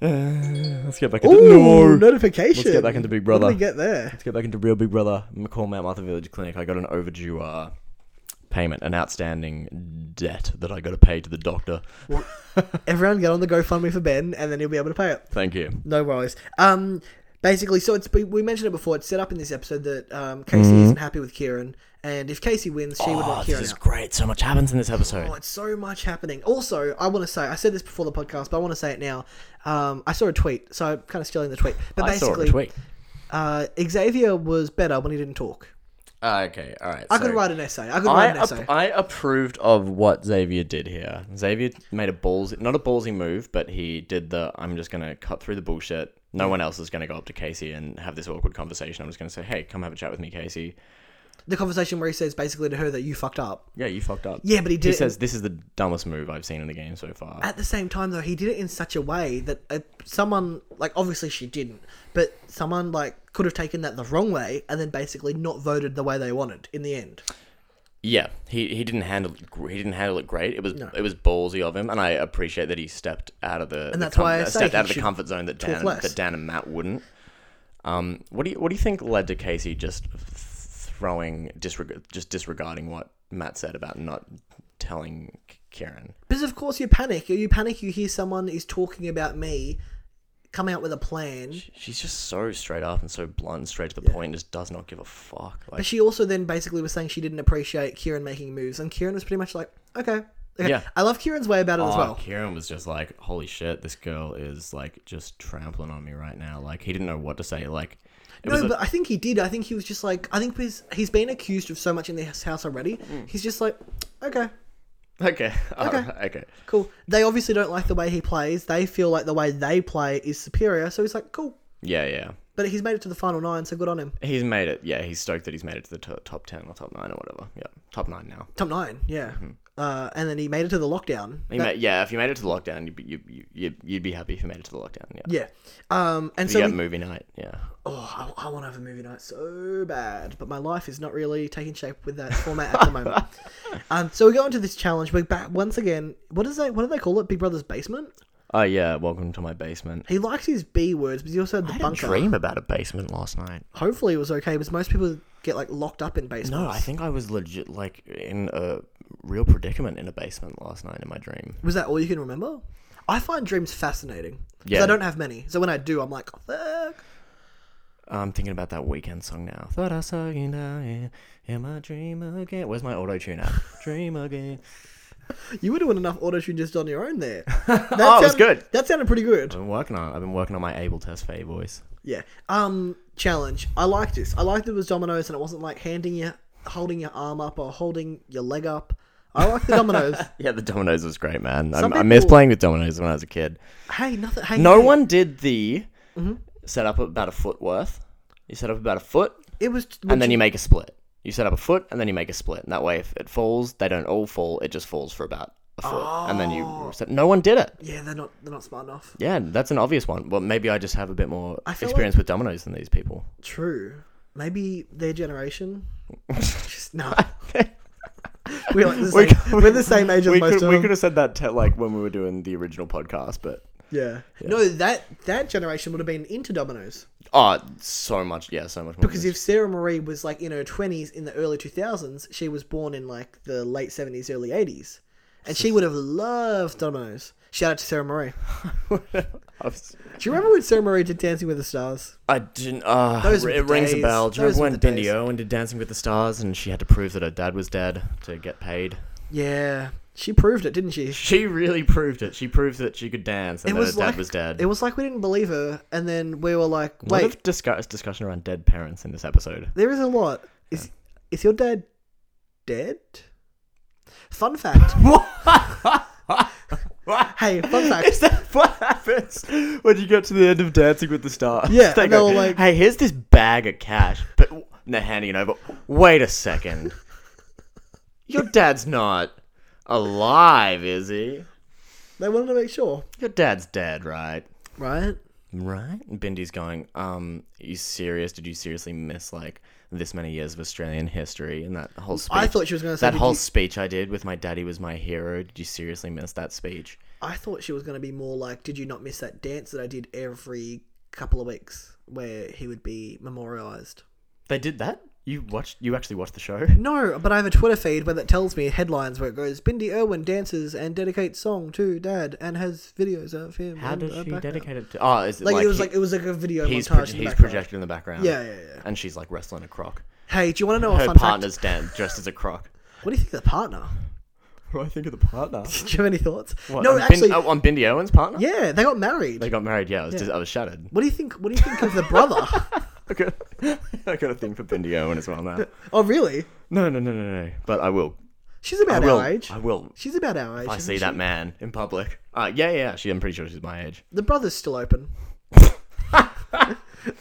[SPEAKER 1] Let's get back into
[SPEAKER 2] Ooh, notification.
[SPEAKER 1] Let's get back into Big
[SPEAKER 2] What
[SPEAKER 1] Brother.
[SPEAKER 2] did we get there?
[SPEAKER 1] Let's get back into Real Big Brother. McCall Mount Martha Village Clinic. I got an overdue uh, payment, an outstanding debt that I got to pay to the doctor.
[SPEAKER 2] Everyone get on the GoFundMe for Ben, and then he'll be able to pay it.
[SPEAKER 1] Thank you.
[SPEAKER 2] No worries. Um, basically, so it's we- we mentioned it before. It's set up in this episode that um, Casey isn't happy with Kieran, and if Casey wins, she would
[SPEAKER 1] Mm-hmm. Oh,
[SPEAKER 2] want
[SPEAKER 1] this
[SPEAKER 2] Kieran
[SPEAKER 1] is
[SPEAKER 2] out.
[SPEAKER 1] great. So much happens in this episode.
[SPEAKER 2] Oh, it's so much happening. Also, I want to say I said this before the podcast, but I want to say it now. Um, I saw a tweet, so I'm kind of stealing the tweet. But
[SPEAKER 1] I saw
[SPEAKER 2] basically,
[SPEAKER 1] it tweet.
[SPEAKER 2] Uh, Xavier was better when he didn't talk.
[SPEAKER 1] Uh, okay, all right.
[SPEAKER 2] I
[SPEAKER 1] so
[SPEAKER 2] could write an essay. I could
[SPEAKER 1] I,
[SPEAKER 2] write an
[SPEAKER 1] app-
[SPEAKER 2] essay.
[SPEAKER 1] I approved of what Xavier did here. Xavier made a ballsy, not a ballsy move, but he did the I'm just going to cut through the bullshit. No one else is going to go up to Casey and have this awkward conversation. I'm just going to say, hey, come have a chat with me, Casey.
[SPEAKER 2] the conversation where he says basically to her that you fucked up.
[SPEAKER 1] Yeah, you fucked up.
[SPEAKER 2] Yeah, but he did.
[SPEAKER 1] He
[SPEAKER 2] it in-
[SPEAKER 1] says, this is the dumbest move I've seen in the game so far.
[SPEAKER 2] at the same time, though, he did it in such a way that uh, someone, like, obviously she didn't, but someone like could have taken that the wrong way and then basically not voted the way they wanted in the end.
[SPEAKER 1] Yeah, he, he didn't handle it gr- he didn't handle it great. It was it was ballsy of him, and I appreciate that he stepped out of the, the
[SPEAKER 2] that's why I
[SPEAKER 1] uh,
[SPEAKER 2] say
[SPEAKER 1] stepped
[SPEAKER 2] he
[SPEAKER 1] out of the
[SPEAKER 2] should
[SPEAKER 1] comfort zone that Dan
[SPEAKER 2] less.
[SPEAKER 1] that Dan and Matt wouldn't. Um, what do you what do you think led to Casey just throwing disreg- just disregarding what Matt said about not telling K- Kieran?
[SPEAKER 2] Because of course you panic. You panic. You hear someone is talking about me, come out with a plan.
[SPEAKER 1] She's just so straight up and so blunt, and straight to the point. Just does not give a fuck. Like,
[SPEAKER 2] But she also then basically was saying she didn't appreciate Kieran making moves, and Kieran was pretty much like, okay, okay.
[SPEAKER 1] Yeah.
[SPEAKER 2] I love Kieran's way about it as
[SPEAKER 1] Oh,
[SPEAKER 2] well.
[SPEAKER 1] Kieran was just like, "Holy shit, this girl is like just trampling on me right now." Like he didn't know what to say. Like it was
[SPEAKER 2] No,
[SPEAKER 1] a-
[SPEAKER 2] but I think he did. I think he was just like, I think he's he's been accused of so much in this house already.
[SPEAKER 1] Mm.
[SPEAKER 2] He's just like, okay,
[SPEAKER 1] Okay. Okay. okay.
[SPEAKER 2] cool. They obviously don't like the way he plays. They feel like the way they play is superior. So he's like, cool.
[SPEAKER 1] Yeah, yeah.
[SPEAKER 2] But he's made it to the final nine, so good on him.
[SPEAKER 1] He's made it. Yeah, he's stoked that he's made it to the to top 10 or top 9 or whatever. Yeah. Top 9 now.
[SPEAKER 2] Top nine, yeah. Uh, and then he made it to the lockdown.
[SPEAKER 1] Mm-hmm. He ma- yeah, if you made it to the lockdown, you'd be, you, you, you'd, you'd be happy if you made it to the lockdown. Yeah.
[SPEAKER 2] Yeah. Um, and
[SPEAKER 1] You
[SPEAKER 2] so
[SPEAKER 1] get
[SPEAKER 2] we-
[SPEAKER 1] movie night. Yeah.
[SPEAKER 2] Oh, I, I want to have a movie night so bad, but my life is not really taking shape with that format at the moment. um, so we go into this challenge. We're back once again. What is that? What do they call it? Big Brother's basement.
[SPEAKER 1] Oh, yeah. Welcome to my basement.
[SPEAKER 2] He likes his B words, but he also had the
[SPEAKER 1] I had a
[SPEAKER 2] bunker.
[SPEAKER 1] dream about a basement last night.
[SPEAKER 2] Hopefully, it was okay because most people get like locked up in basements.
[SPEAKER 1] No, I think I was legit like in a real predicament in a basement last night in my dream.
[SPEAKER 2] Was that all you can remember? I find dreams fascinating. 'cause
[SPEAKER 1] Yeah.
[SPEAKER 2] I don't have many. So when I do, I'm like, "Oh, fuck.
[SPEAKER 1] I'm thinking about that weekend song now. Thought I saw you dying in my dream again. Where's my auto tune at? dream again.
[SPEAKER 2] You were doing enough auto tune just on your own there. That
[SPEAKER 1] Oh, it was
[SPEAKER 2] sounded-
[SPEAKER 1] good. Oh.
[SPEAKER 2] That sounded pretty good.
[SPEAKER 1] I've been working on. I've been working on my Abel Tesfaye voice.
[SPEAKER 2] Yeah. Um, challenge. I like this. I liked it was dominoes and it wasn't like handing you, holding your arm up or holding your leg up. I like the dominoes.
[SPEAKER 1] Yeah, the Dominoes was great, man. I,
[SPEAKER 2] Some
[SPEAKER 1] I miss
[SPEAKER 2] people-
[SPEAKER 1] playing with Dominoes when I was a kid.
[SPEAKER 2] hey, nothing. Hey,
[SPEAKER 1] No
[SPEAKER 2] hey.
[SPEAKER 1] one did the
[SPEAKER 2] Mm-hmm.
[SPEAKER 1] set up about a foot worth. You set up about a foot,
[SPEAKER 2] It was.
[SPEAKER 1] and then you make a split. You set up a foot, and then you make a split. And that way, if it falls, they don't all fall. It just falls for about a foot, and then
[SPEAKER 2] Oh.
[SPEAKER 1] you. Set, no one did it.
[SPEAKER 2] Yeah, they're not. They're not smart enough.
[SPEAKER 1] Yeah, that's an obvious one. Well, maybe I just have a bit more
[SPEAKER 2] feel
[SPEAKER 1] experience with dominoes than these people.
[SPEAKER 2] True. Maybe their generation. Just no. We're, like the
[SPEAKER 1] We
[SPEAKER 2] same,
[SPEAKER 1] could-
[SPEAKER 2] we, are the same age as
[SPEAKER 1] We
[SPEAKER 2] most
[SPEAKER 1] could,
[SPEAKER 2] of
[SPEAKER 1] we
[SPEAKER 2] them.
[SPEAKER 1] could have said that te- like when we were doing the original podcast, but
[SPEAKER 2] Yeah. No, that that generation would have been into dominoes
[SPEAKER 1] oh, so much, yeah, so much more.
[SPEAKER 2] because if Sarah Marie was like in her twenties in the early two thousands, she was born in like the late seventies, early eighties, and she would have loved dominoes. Shout out to Sarah Marie.
[SPEAKER 1] I was-
[SPEAKER 2] Do you remember when Sarah Marie did Dancing with the Stars?
[SPEAKER 1] I didn't. Uh,
[SPEAKER 2] Those were
[SPEAKER 1] it
[SPEAKER 2] the
[SPEAKER 1] rings a
[SPEAKER 2] days.
[SPEAKER 1] bell. Do you
[SPEAKER 2] Those
[SPEAKER 1] remember
[SPEAKER 2] were
[SPEAKER 1] when
[SPEAKER 2] the
[SPEAKER 1] Bindi
[SPEAKER 2] days.
[SPEAKER 1] Owen did Dancing with the Stars, and she had to prove that her dad was dead to get paid?
[SPEAKER 2] Yeah, she proved it, didn't she?
[SPEAKER 1] She really proved it. She proved that she could dance, and
[SPEAKER 2] It
[SPEAKER 1] that her
[SPEAKER 2] was
[SPEAKER 1] dad
[SPEAKER 2] like-
[SPEAKER 1] was dead.
[SPEAKER 2] It was like we didn't believe her, and then we were like,
[SPEAKER 1] Wait,
[SPEAKER 2] "Wait,
[SPEAKER 1] discuss discussion around dead parents in this episode.
[SPEAKER 2] There is a lot. Is is your dad dead? Fun fact. hey, fun fact.
[SPEAKER 1] Is that what happens when you get to the end of Dancing with the Stars?
[SPEAKER 2] Yeah,
[SPEAKER 1] they
[SPEAKER 2] and
[SPEAKER 1] go,
[SPEAKER 2] they're like-
[SPEAKER 1] "Hey, here's this bag of cash," but and they're handing it over. Wait a second, your dad's not alive, is he?
[SPEAKER 2] They wanted to make sure,
[SPEAKER 1] Your dad's dead, right?
[SPEAKER 2] right?
[SPEAKER 1] Right? And Bindi's going, um, are you serious? Did you seriously miss like this many years of Australian history and that whole speech?
[SPEAKER 2] I thought she was going to say
[SPEAKER 1] that
[SPEAKER 2] did
[SPEAKER 1] whole
[SPEAKER 2] you-
[SPEAKER 1] speech I did with my daddy was my hero. Did you seriously miss that speech?
[SPEAKER 2] I thought she was going to be more like, "Did you not miss that dance that I did every couple of weeks where he would be memorialized?"
[SPEAKER 1] They did that? You watched you actually watched the show?
[SPEAKER 2] No, but I have a Twitter feed where that tells me headlines where it goes, "Bindi Irwin dances and dedicates song to dad and has videos of him."
[SPEAKER 1] How
[SPEAKER 2] and
[SPEAKER 1] does
[SPEAKER 2] a
[SPEAKER 1] she
[SPEAKER 2] background."
[SPEAKER 1] dedicate it to Oh, is it
[SPEAKER 2] Like,
[SPEAKER 1] like,
[SPEAKER 2] it was
[SPEAKER 1] he-
[SPEAKER 2] like it was like a video
[SPEAKER 1] he's
[SPEAKER 2] montage.
[SPEAKER 1] pro-
[SPEAKER 2] in the
[SPEAKER 1] he's
[SPEAKER 2] background.
[SPEAKER 1] projected in the background.
[SPEAKER 2] Yeah, yeah, yeah. Oh,
[SPEAKER 1] And she's like wrestling a croc.
[SPEAKER 2] Hey, do you want to know a
[SPEAKER 1] Her
[SPEAKER 2] fun fact?
[SPEAKER 1] partner's dan- dressed as a croc.
[SPEAKER 2] What do you think of the partner?
[SPEAKER 1] What do I think of the partner?
[SPEAKER 2] Do you have any thoughts?
[SPEAKER 1] What,
[SPEAKER 2] no,
[SPEAKER 1] on Bin-
[SPEAKER 2] actually,
[SPEAKER 1] oh, on Bindi Owen's partner?
[SPEAKER 2] yeah, they got married.
[SPEAKER 1] They got married, yeah. I was, Just, I was shattered.
[SPEAKER 2] what do you think? What do you think of the brother?
[SPEAKER 1] I got, I got a thing for Bindi Owen as well now.
[SPEAKER 2] oh, really?
[SPEAKER 1] No, no, no, no, no. But I will.
[SPEAKER 2] She's about
[SPEAKER 1] I will.
[SPEAKER 2] our age.
[SPEAKER 1] I will.
[SPEAKER 2] She's about our age.
[SPEAKER 1] I
[SPEAKER 2] isn't
[SPEAKER 1] see
[SPEAKER 2] she?
[SPEAKER 1] that man in public. Uh, yeah, yeah. She, I'm pretty sure she's my age.
[SPEAKER 2] The brother's still open.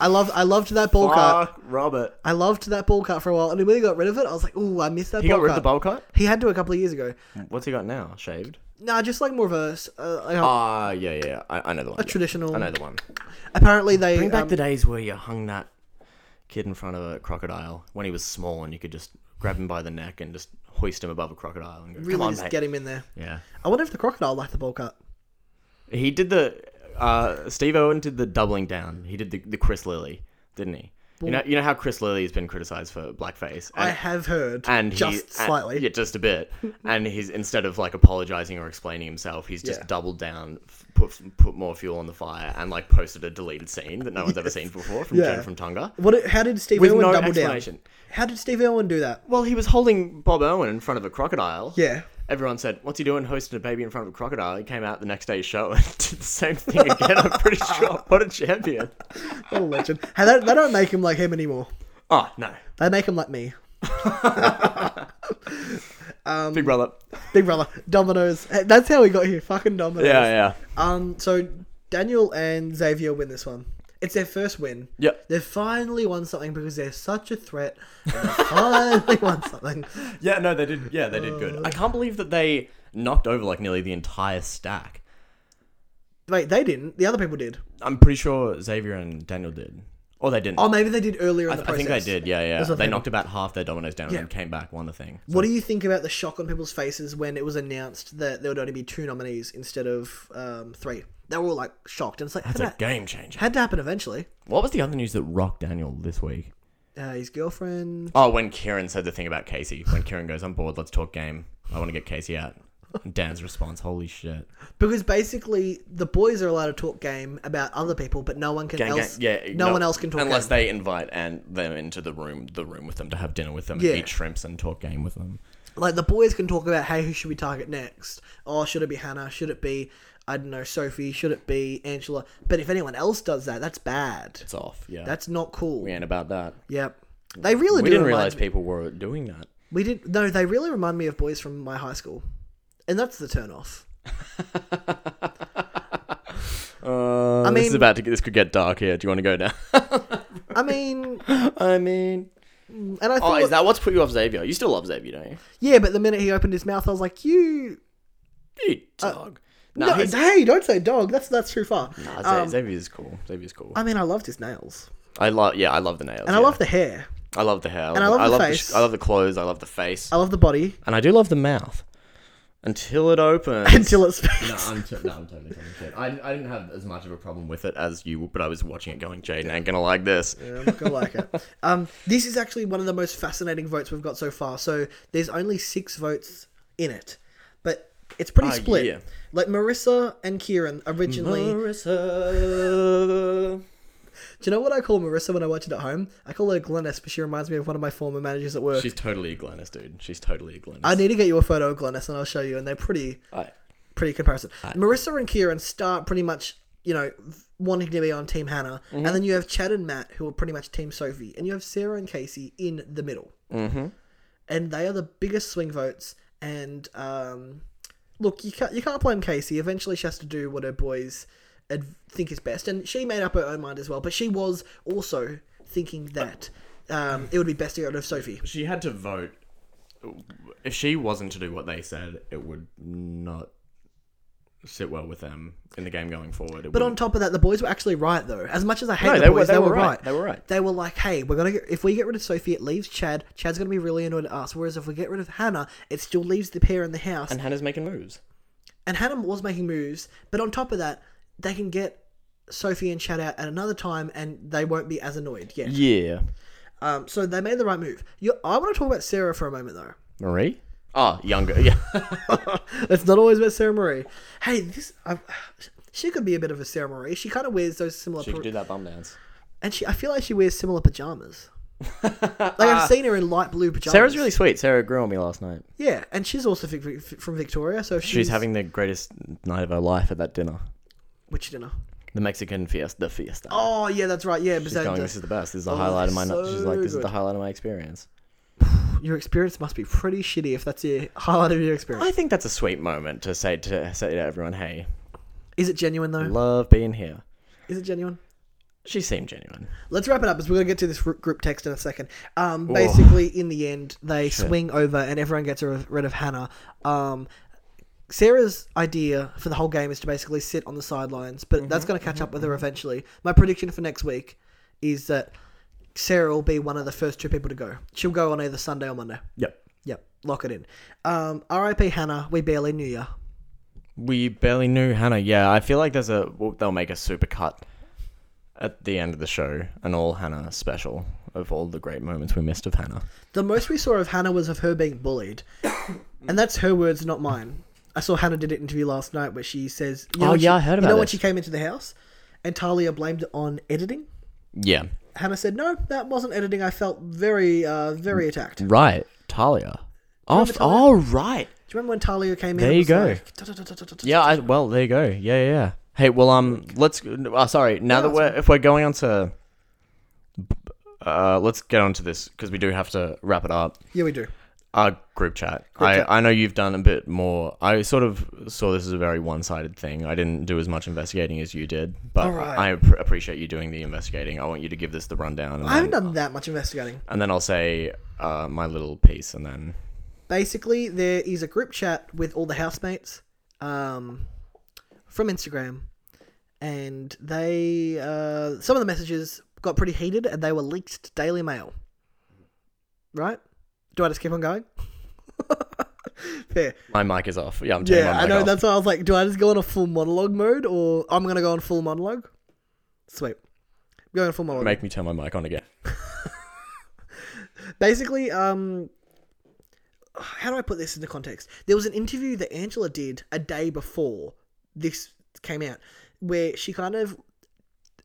[SPEAKER 2] I love. I loved that ball cut.
[SPEAKER 1] Fuck Robert.
[SPEAKER 2] I loved that ball cut for a while, and when he got rid of it, I was like, "Ooh, I missed that."
[SPEAKER 1] He
[SPEAKER 2] ball
[SPEAKER 1] got rid of
[SPEAKER 2] cut.
[SPEAKER 1] the bowl cut.
[SPEAKER 2] He had to a couple of years ago.
[SPEAKER 1] What's he got now? Shaved.
[SPEAKER 2] Nah, just like more of a. s- Uh, like a-
[SPEAKER 1] Ah, yeah, yeah. yeah. I, I know the one.
[SPEAKER 2] A traditional-
[SPEAKER 1] I know the one.
[SPEAKER 2] apparently, they
[SPEAKER 1] Bring back
[SPEAKER 2] um,
[SPEAKER 1] the days where you hung that kid in front of a crocodile when he was small, and you could just grab him by the neck and just hoist him above a crocodile and go,
[SPEAKER 2] really
[SPEAKER 1] "Come on,
[SPEAKER 2] just
[SPEAKER 1] mate."
[SPEAKER 2] get him in there.
[SPEAKER 1] yeah.
[SPEAKER 2] I wonder if the crocodile liked the ball cut.
[SPEAKER 1] He did the uh, Steve Owen did the doubling down. He did the, the Chris Lilly, didn't he? You know, you know how Chris Lilly has been criticized for blackface, and,
[SPEAKER 2] I have heard,
[SPEAKER 1] and he-
[SPEAKER 2] just
[SPEAKER 1] and-
[SPEAKER 2] slightly.
[SPEAKER 1] yeah, just a bit. and he's instead of like apologizing or explaining himself, he's just
[SPEAKER 2] Yeah.
[SPEAKER 1] doubled down, f- put put more fuel on the fire, and like posted a deleted scene that no one's ever seen before from
[SPEAKER 2] Yeah.
[SPEAKER 1] Jen from Tonga.
[SPEAKER 2] What? How did Steve
[SPEAKER 1] With
[SPEAKER 2] Irwin
[SPEAKER 1] no
[SPEAKER 2] double down?
[SPEAKER 1] explanation.
[SPEAKER 2] How did Steve Irwin do that?
[SPEAKER 1] Well, he was holding Bob Owen in front of a crocodile.
[SPEAKER 2] Yeah.
[SPEAKER 1] Everyone said, "What's he doing? Hosting a baby in front of a crocodile?" He came out the next day's show and did the same thing again. I'm pretty sure. What a champion!
[SPEAKER 2] What a legend. Hey, they, they don't make him like him anymore.
[SPEAKER 1] Oh no,
[SPEAKER 2] They make him like me. Um,
[SPEAKER 1] Big Brother.
[SPEAKER 2] Big brother. Dominoes. Hey, That's how we got here. Fucking dominoes.
[SPEAKER 1] Yeah, yeah,
[SPEAKER 2] Um, so Daniel and Xavier win this one. It's their first win.
[SPEAKER 1] Yep.
[SPEAKER 2] They've finally won something because they're such a threat. And they finally won something.
[SPEAKER 1] yeah. No, they did. Yeah, they did
[SPEAKER 2] Uh.
[SPEAKER 1] good. I can't believe that they knocked over like nearly the entire stack.
[SPEAKER 2] Wait, they didn't. The other people did.
[SPEAKER 1] I'm pretty sure Xavier and Daniel did, or they didn't.
[SPEAKER 2] Oh, maybe they did earlier in
[SPEAKER 1] I,
[SPEAKER 2] the
[SPEAKER 1] I
[SPEAKER 2] process.
[SPEAKER 1] think they did. Yeah, yeah.
[SPEAKER 2] That's what
[SPEAKER 1] They
[SPEAKER 2] I think.
[SPEAKER 1] knocked about half their dominoes down
[SPEAKER 2] Yeah.
[SPEAKER 1] and came back, won the thing.
[SPEAKER 2] What do you think about the shock on people's faces when it was announced that there would only be two nominees instead of um, three? They were all like shocked, and it's like had
[SPEAKER 1] It's a
[SPEAKER 2] to,
[SPEAKER 1] game changer.
[SPEAKER 2] had to happen eventually.
[SPEAKER 1] What was the other news that rocked Daniel this week?
[SPEAKER 2] uh, his girlfriend.
[SPEAKER 1] Oh, when Kieran said the thing about Casey, when Kieran goes, I'm bored, let's talk game. I want to get Casey out. And Dan's response, holy shit.
[SPEAKER 2] Because basically, the boys are allowed to talk game about other people, but no one can
[SPEAKER 1] Gang, gang-
[SPEAKER 2] else.
[SPEAKER 1] yeah,
[SPEAKER 2] no, one else can talk.
[SPEAKER 1] Unless
[SPEAKER 2] game.
[SPEAKER 1] they invite and them into the room, the room with them to have dinner with them,
[SPEAKER 2] Yeah.
[SPEAKER 1] eat shrimps and talk game with them.
[SPEAKER 2] like the boys can talk about hey who should we target next or should it be hannah should it be i don't know sophie should it be angela but if anyone else does that that's bad
[SPEAKER 1] It's off, yeah.
[SPEAKER 2] that's not cool
[SPEAKER 1] we ain't about that.
[SPEAKER 2] yep they really
[SPEAKER 1] We
[SPEAKER 2] do
[SPEAKER 1] didn't
[SPEAKER 2] remind
[SPEAKER 1] realize
[SPEAKER 2] me-
[SPEAKER 1] people were doing that.
[SPEAKER 2] we did no they really remind me of boys from my high school and that's the turn off
[SPEAKER 1] Uh,
[SPEAKER 2] I
[SPEAKER 1] this is
[SPEAKER 2] mean-
[SPEAKER 1] about to get, this could get dark here. Do you want to go down?
[SPEAKER 2] i mean
[SPEAKER 1] I mean,
[SPEAKER 2] and i
[SPEAKER 1] oh,
[SPEAKER 2] thought
[SPEAKER 1] is that what's put you off Xavier? You still love Xavier, don't you?
[SPEAKER 2] yeah but the minute he opened his mouth i was like you
[SPEAKER 1] You dog.
[SPEAKER 2] Uh, no,
[SPEAKER 1] he's-
[SPEAKER 2] hey don't say dog that's that's too far
[SPEAKER 1] nah, Xa-
[SPEAKER 2] Um,
[SPEAKER 1] Xavier's cool. Xavier's cool.
[SPEAKER 2] i mean i loved his nails
[SPEAKER 1] I love, yeah, I love the nails.
[SPEAKER 2] and i love the hair
[SPEAKER 1] I love the hair. I love,
[SPEAKER 2] and I
[SPEAKER 1] the,
[SPEAKER 2] love
[SPEAKER 1] I
[SPEAKER 2] the
[SPEAKER 1] love the
[SPEAKER 2] face. Oh.
[SPEAKER 1] sh- I love the clothes. I love the face,
[SPEAKER 2] i love the body
[SPEAKER 1] and I do love the mouth. Until it opens.
[SPEAKER 2] until it's
[SPEAKER 1] No, I'm, t- no, I'm totally talking shit. I, I didn't have as much of a problem with it as you, but I was watching it going, Jaden ain't gonna like this.
[SPEAKER 2] Yeah, I'm not gonna like it. Um, this is actually one of the most fascinating votes we've got so far. So there's only six votes in it, but it's pretty
[SPEAKER 1] Ah,
[SPEAKER 2] split.
[SPEAKER 1] yeah. Mm-hmm.
[SPEAKER 2] Like Marissa and Kieran originally.
[SPEAKER 1] Marissa.
[SPEAKER 2] do you know what I call Marissa when I watch it at home? I call her Glennis, but she reminds me of one of my former managers at work.
[SPEAKER 1] She's totally a Glennis, dude. She's totally a Glennis.
[SPEAKER 2] I need to get you a photo of Glennis, and I'll show you. And they're pretty,
[SPEAKER 1] I-
[SPEAKER 2] pretty comparison. Marissa and Kieran start pretty much, you know, wanting to be on Team Hannah, and then you have Chad and Matt who are pretty much Team Sophie, and you have Sarah and Casey in the middle, mm-hmm. and they are the biggest swing votes. And um, look, you can't you can't blame Casey. Eventually, she has to do what her boys ad- think is best, and she made up her own mind as well. But she was also thinking that. Um, it would be best to get rid of Sophie.
[SPEAKER 1] she had to vote. If she wasn't to do what they said, it would not sit well with them in the game going forward. It
[SPEAKER 2] But
[SPEAKER 1] wouldn't-
[SPEAKER 2] on top of that, the boys were actually right though. As much as I hate
[SPEAKER 1] No,
[SPEAKER 2] the
[SPEAKER 1] they were-
[SPEAKER 2] boys,
[SPEAKER 1] they
[SPEAKER 2] they,
[SPEAKER 1] were
[SPEAKER 2] were,
[SPEAKER 1] right.
[SPEAKER 2] right.
[SPEAKER 1] They were right.
[SPEAKER 2] They were like, "Hey, we're gonna get, if we get rid of Sophie, it leaves Chad. Chad's gonna be really annoyed at us. Whereas if we get rid of Hannah, it still leaves the pair in the house.
[SPEAKER 1] and
[SPEAKER 2] And,
[SPEAKER 1] Hannah's making moves.
[SPEAKER 2] Hannah was making moves, but on top of that, they can get Sophie and Chad out at another time, and they won't be as annoyed yet.
[SPEAKER 1] Yeah.
[SPEAKER 2] Um, so they made the right move. You, I want to talk about Sarah for a moment though.
[SPEAKER 1] Marie? Ah, younger. Yeah.
[SPEAKER 2] It's not always about Sarah Marie. Hey, this I, she could be a bit of a Sarah Marie. She kind of wears those similar.
[SPEAKER 1] she
[SPEAKER 2] pa-
[SPEAKER 1] could do that bum dance.
[SPEAKER 2] And she, I feel like she wears similar pajamas. like I've seen her in light blue pajamas.
[SPEAKER 1] Sarah's really sweet. Sarah grew on me last night.
[SPEAKER 2] yeah, and she's also Vic- Vic- from Victoria, so if she's,
[SPEAKER 1] She's having the greatest night of her life at that dinner.
[SPEAKER 2] which dinner?
[SPEAKER 1] The Mexican fiesta, the fiesta.
[SPEAKER 2] Oh yeah, that's right. Yeah,
[SPEAKER 1] She's going,
[SPEAKER 2] Bazanda.
[SPEAKER 1] this is the best. This is the highlight of my. night." She's like,
[SPEAKER 2] so
[SPEAKER 1] this is the
[SPEAKER 2] good.
[SPEAKER 1] highlight of my experience.
[SPEAKER 2] your experience must be pretty shitty if that's your highlight of your experience.
[SPEAKER 1] I think that's a sweet moment to say to say to everyone, hey,
[SPEAKER 2] Is it genuine though?
[SPEAKER 1] love being here.
[SPEAKER 2] Is it genuine?
[SPEAKER 1] She seemed genuine.
[SPEAKER 2] Let's wrap it up, because we're gonna get to this gr- group text in a second. Um, basically, in the end, they swing over, and everyone gets ri- rid of Hannah. Um, Sarah's idea for the whole game is to basically sit on the sidelines, but that's going to catch up with her eventually. My prediction for next week is that Sarah will be one of the first two people to go. She'll go on either Sunday or Monday.
[SPEAKER 1] Yep.
[SPEAKER 2] Yep, lock it in. Um, R.I.P. Hannah. We barely knew ya.
[SPEAKER 1] We barely knew Hannah. Yeah, I feel like there's a well, they'll make a super cut at the end of the show, an all Hannah special of all the great moments we missed of Hannah.
[SPEAKER 2] The most we saw of Hannah was of her being bullied, and that's her words, not mine. I saw Hannah did an interview last night where she says, you
[SPEAKER 1] Oh,
[SPEAKER 2] know when
[SPEAKER 1] yeah,
[SPEAKER 2] she-
[SPEAKER 1] I heard
[SPEAKER 2] You know
[SPEAKER 1] about
[SPEAKER 2] when
[SPEAKER 1] this.
[SPEAKER 2] she came into the house, and Talia blamed it on editing.
[SPEAKER 1] Yeah.
[SPEAKER 2] Hannah said, "No, that wasn't editing. I felt very, uh, very attacked."
[SPEAKER 1] Right, Talia. Oh,
[SPEAKER 2] remember Talia?
[SPEAKER 1] all right.
[SPEAKER 2] Do you remember when Talia came in?
[SPEAKER 1] There
[SPEAKER 2] and
[SPEAKER 1] you
[SPEAKER 2] was
[SPEAKER 1] go.
[SPEAKER 2] like, "Da, da, da, da, da, da, da,
[SPEAKER 1] Yeah, I, well, there you go. Yeah, yeah, yeah. Hey, well, um, let's. Uh, sorry, now that we're if we're going on to, uh, let's get on to this because we do have to wrap it up.
[SPEAKER 2] Yeah, we do.
[SPEAKER 1] Our group chat. I I know you've done a bit more. I sort of saw this as a very one sided thing. I didn't do as much investigating as you did, but
[SPEAKER 2] All right.
[SPEAKER 1] I pr- appreciate you doing the investigating. I want you to give this the rundown. And
[SPEAKER 2] I haven't
[SPEAKER 1] then,
[SPEAKER 2] done that much investigating.
[SPEAKER 1] and then I'll say uh, my little piece, and then
[SPEAKER 2] Basically, there is a group chat with all the housemates um, from Instagram, and they uh, some of the messages got pretty heated, and they were leaked to Daily Mail. Right? Do I just keep on going? Fair.
[SPEAKER 1] my mic is off. Yeah, I'm turning
[SPEAKER 2] Yeah,
[SPEAKER 1] my
[SPEAKER 2] I
[SPEAKER 1] mic
[SPEAKER 2] know.
[SPEAKER 1] off.
[SPEAKER 2] That's why I was like, do I just go on a full monologue mode, or I'm gonna go on full monologue? Sweet. Going full monologue.
[SPEAKER 1] Make me turn my mic on again.
[SPEAKER 2] Basically, um, how do I put this into context? There was an interview that Angela did a day before this came out, where she kind of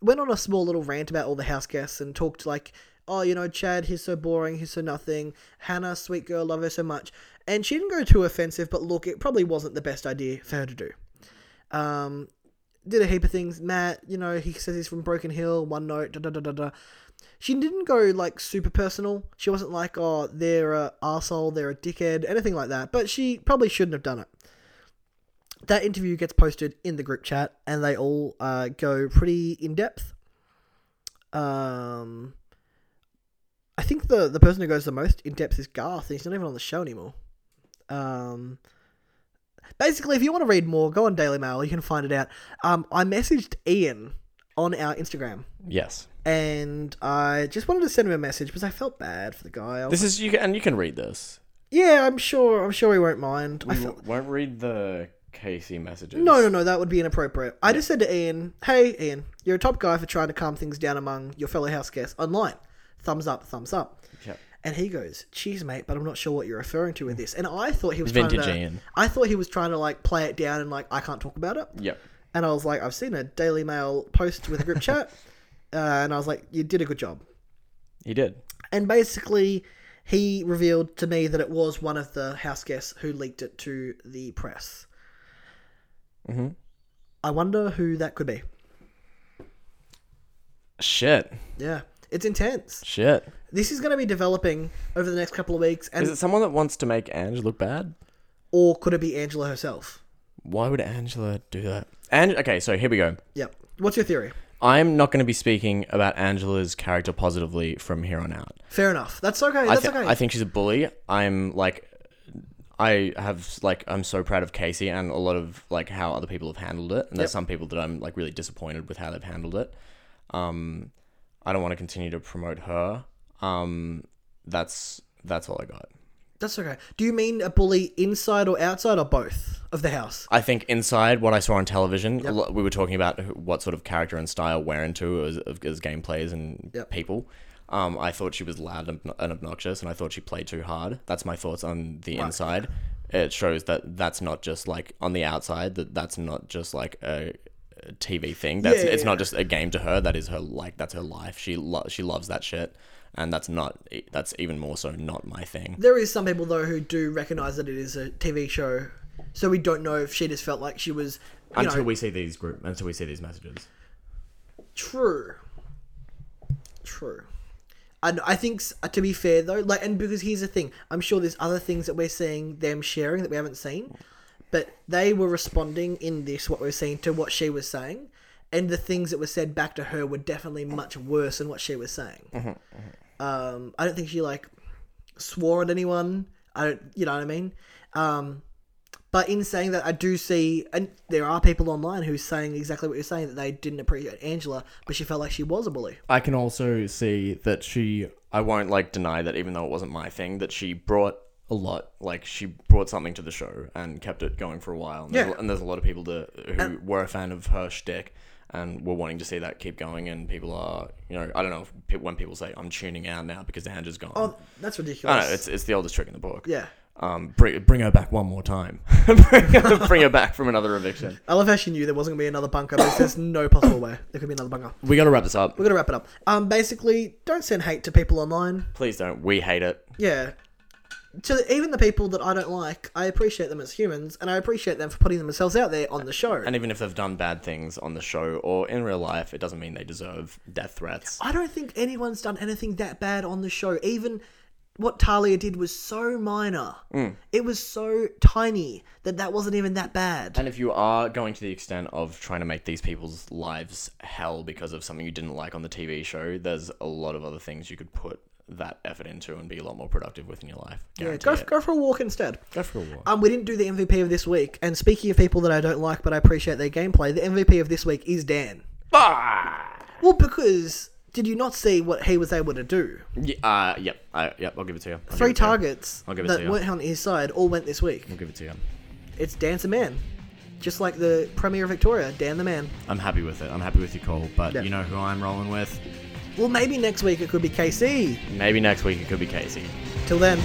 [SPEAKER 2] went on a small little rant about all the house guests and talked like, oh, you know, Chad, he's so boring, he's so nothing. Hannah, sweet girl, love her so much. And she didn't go too offensive, but look, it probably wasn't the best idea for her to do. Um, did a heap of things. Matt, you know, he says he's from Broken Hill, one note, da da da da da. She didn't go like super personal. She wasn't like, oh, they're a arsehole, they're a dickhead, anything like that. But she probably shouldn't have done it. That interview gets posted in the group chat, and they all uh, go pretty in depth. Um, I think the the person who goes the most in depth is Garth, and he's not even on the show anymore. Um, basically, if you want to read more, go on Daily Mail. You can find it out. Um, I messaged Ian on our Instagram,
[SPEAKER 1] Yes.
[SPEAKER 2] and I just wanted to send him a message because I felt bad for the guy. I was
[SPEAKER 1] This is you, can, and you can read this.
[SPEAKER 2] like, yeah, I'm sure. I'm sure he won't mind. I
[SPEAKER 1] We
[SPEAKER 2] felt,
[SPEAKER 1] won't read the Casey messages.
[SPEAKER 2] no, no, no. That would be inappropriate. I just said to Ian, "Hey, Ian, you're a top guy for trying to calm things down among your fellow house guests online. Thumbs up, thumbs up."
[SPEAKER 1] Yep.
[SPEAKER 2] And he goes, "Cheers, mate, but I'm not sure what you're referring to with this." And I thought he was
[SPEAKER 1] Vintage
[SPEAKER 2] trying to,
[SPEAKER 1] Ian.
[SPEAKER 2] I thought he was trying to like play it down and like I can't talk about it.
[SPEAKER 1] Yep.
[SPEAKER 2] And I was like, I've seen a Daily Mail post with a group chat, uh, and I was like, you did a good job.
[SPEAKER 1] He did.
[SPEAKER 2] And basically, he revealed to me that it was one of the house guests who leaked it to the press.
[SPEAKER 1] Mhm.
[SPEAKER 2] I wonder who that could be.
[SPEAKER 1] Shit.
[SPEAKER 2] Yeah, it's intense.
[SPEAKER 1] Shit.
[SPEAKER 2] This is going to be developing over the next couple of weeks, and
[SPEAKER 1] Is it someone that wants to make Ange look bad?
[SPEAKER 2] or could it be Angela herself?
[SPEAKER 1] Why would Angela do that? And okay, so here we go.
[SPEAKER 2] Yep. What's your theory?
[SPEAKER 1] I'm not going to be speaking about Angela's character positively from here on out.
[SPEAKER 2] Fair enough. That's okay.
[SPEAKER 1] I,
[SPEAKER 2] That's
[SPEAKER 1] thi-
[SPEAKER 2] okay.
[SPEAKER 1] I think she's a bully. I'm like, I have like, I'm so proud of Casey and a lot of like how other people have handled it. And there's
[SPEAKER 2] Yep.
[SPEAKER 1] some people that I'm like really disappointed with how they've handled it. Um, I don't want to continue to promote her. Um, that's that's all I got.
[SPEAKER 2] That's okay. Do you mean a bully inside or outside or both of the house?
[SPEAKER 1] I think inside what I saw on television, a lot, we were talking about who- what sort of character and style we're into as, as game players and
[SPEAKER 2] Yep.
[SPEAKER 1] people. Um, I thought she was loud and obno- and obnoxious, and I thought she played too hard. That's my thoughts on the inside. It shows that that's not just like on the outside. That that's not just like a, a TV thing. That's
[SPEAKER 2] Yeah, yeah,
[SPEAKER 1] it's
[SPEAKER 2] yeah.
[SPEAKER 1] not just a game to her. That is her like that's her life. She lo- she loves that shit, and that's not that's even more so not my thing.
[SPEAKER 2] There is some people though who do recognize that it is a TV show, so we don't know if she just felt like she was. You
[SPEAKER 4] until
[SPEAKER 2] know,
[SPEAKER 4] we see these group, until we see these messages.
[SPEAKER 2] True. True. And I think, s- uh, to be fair though, like, and because here's the thing, I'm sure there's other things that we're seeing them sharing that we haven't seen, but they were responding in this what we're seeing to what she was saying, and the things that were said back to her were definitely much worse than what she was saying. Um, I don't think she like swore at anyone. I don't, you know what I mean. Um, but in saying that, I do see, and there are people online who's saying exactly what you're saying that they didn't appreciate Angela, but she felt like she was a bully.
[SPEAKER 1] I can also see that she. I won't like deny that, even though it wasn't my thing, that she brought a lot. Like she brought something to the show and kept it going for a while. And,
[SPEAKER 2] Yeah.
[SPEAKER 1] there's, and there's a lot of people that who were a fan of her shtick and were wanting to see that keep going. And people are, you know, I don't know if pe- when people say I'm tuning out now because the Angela's gone.
[SPEAKER 2] Oh, that's ridiculous.
[SPEAKER 1] I don't know. It's it's the oldest trick in the book.
[SPEAKER 2] yeah.
[SPEAKER 1] Um, bring, bring her back one more time. bring, her, bring her back from another eviction.
[SPEAKER 2] I love how she knew there wasn't going to be another bunker, but there's no possible way there could be another bunker.
[SPEAKER 1] We got to wrap this up.
[SPEAKER 2] We're going to wrap it up. Um, basically, don't send hate to people online.
[SPEAKER 1] Please don't. We hate it.
[SPEAKER 2] Yeah. To even the people that I don't like, I appreciate them as humans, and I appreciate them for putting themselves out there on the show.
[SPEAKER 1] And even if they've done bad things on the show or in real life, it doesn't mean they deserve death threats.
[SPEAKER 2] I don't think anyone's done anything that bad on the show. Even what Talia did was so minor.
[SPEAKER 1] Mm.
[SPEAKER 2] It was so tiny that that wasn't even that bad.
[SPEAKER 1] And if you are going to the extent of trying to make these people's lives hell because of something you didn't like on the TV show, there's a lot of other things you could put that effort into and be a lot more productive with in your life.
[SPEAKER 2] yeah,
[SPEAKER 1] Guarantee
[SPEAKER 2] go,
[SPEAKER 1] it.
[SPEAKER 2] go for a walk instead.
[SPEAKER 1] Go for a walk.
[SPEAKER 2] Um, we didn't do the MVP of this week. And speaking of people that I don't like but I appreciate their gameplay, the MVP of this week is Dan. Well, because did you not see what he was able to do?
[SPEAKER 1] Yeah, uh, yep, I, yep, I'll give it to you. I'll
[SPEAKER 2] Three
[SPEAKER 1] give it to you.
[SPEAKER 2] targets
[SPEAKER 1] I'll give it to
[SPEAKER 2] that
[SPEAKER 1] you.
[SPEAKER 2] weren't on his side all went this week.
[SPEAKER 1] I'll give it to you.
[SPEAKER 2] It's Dan's a man. Just like the Premier of Victoria, Dan the man.
[SPEAKER 1] I'm happy with it. I'm happy with your call. But
[SPEAKER 2] Yeah.
[SPEAKER 1] you know who I'm rolling with? Well, maybe next week it could be KC.
[SPEAKER 2] Maybe next week it could be Casey.
[SPEAKER 1] Till then.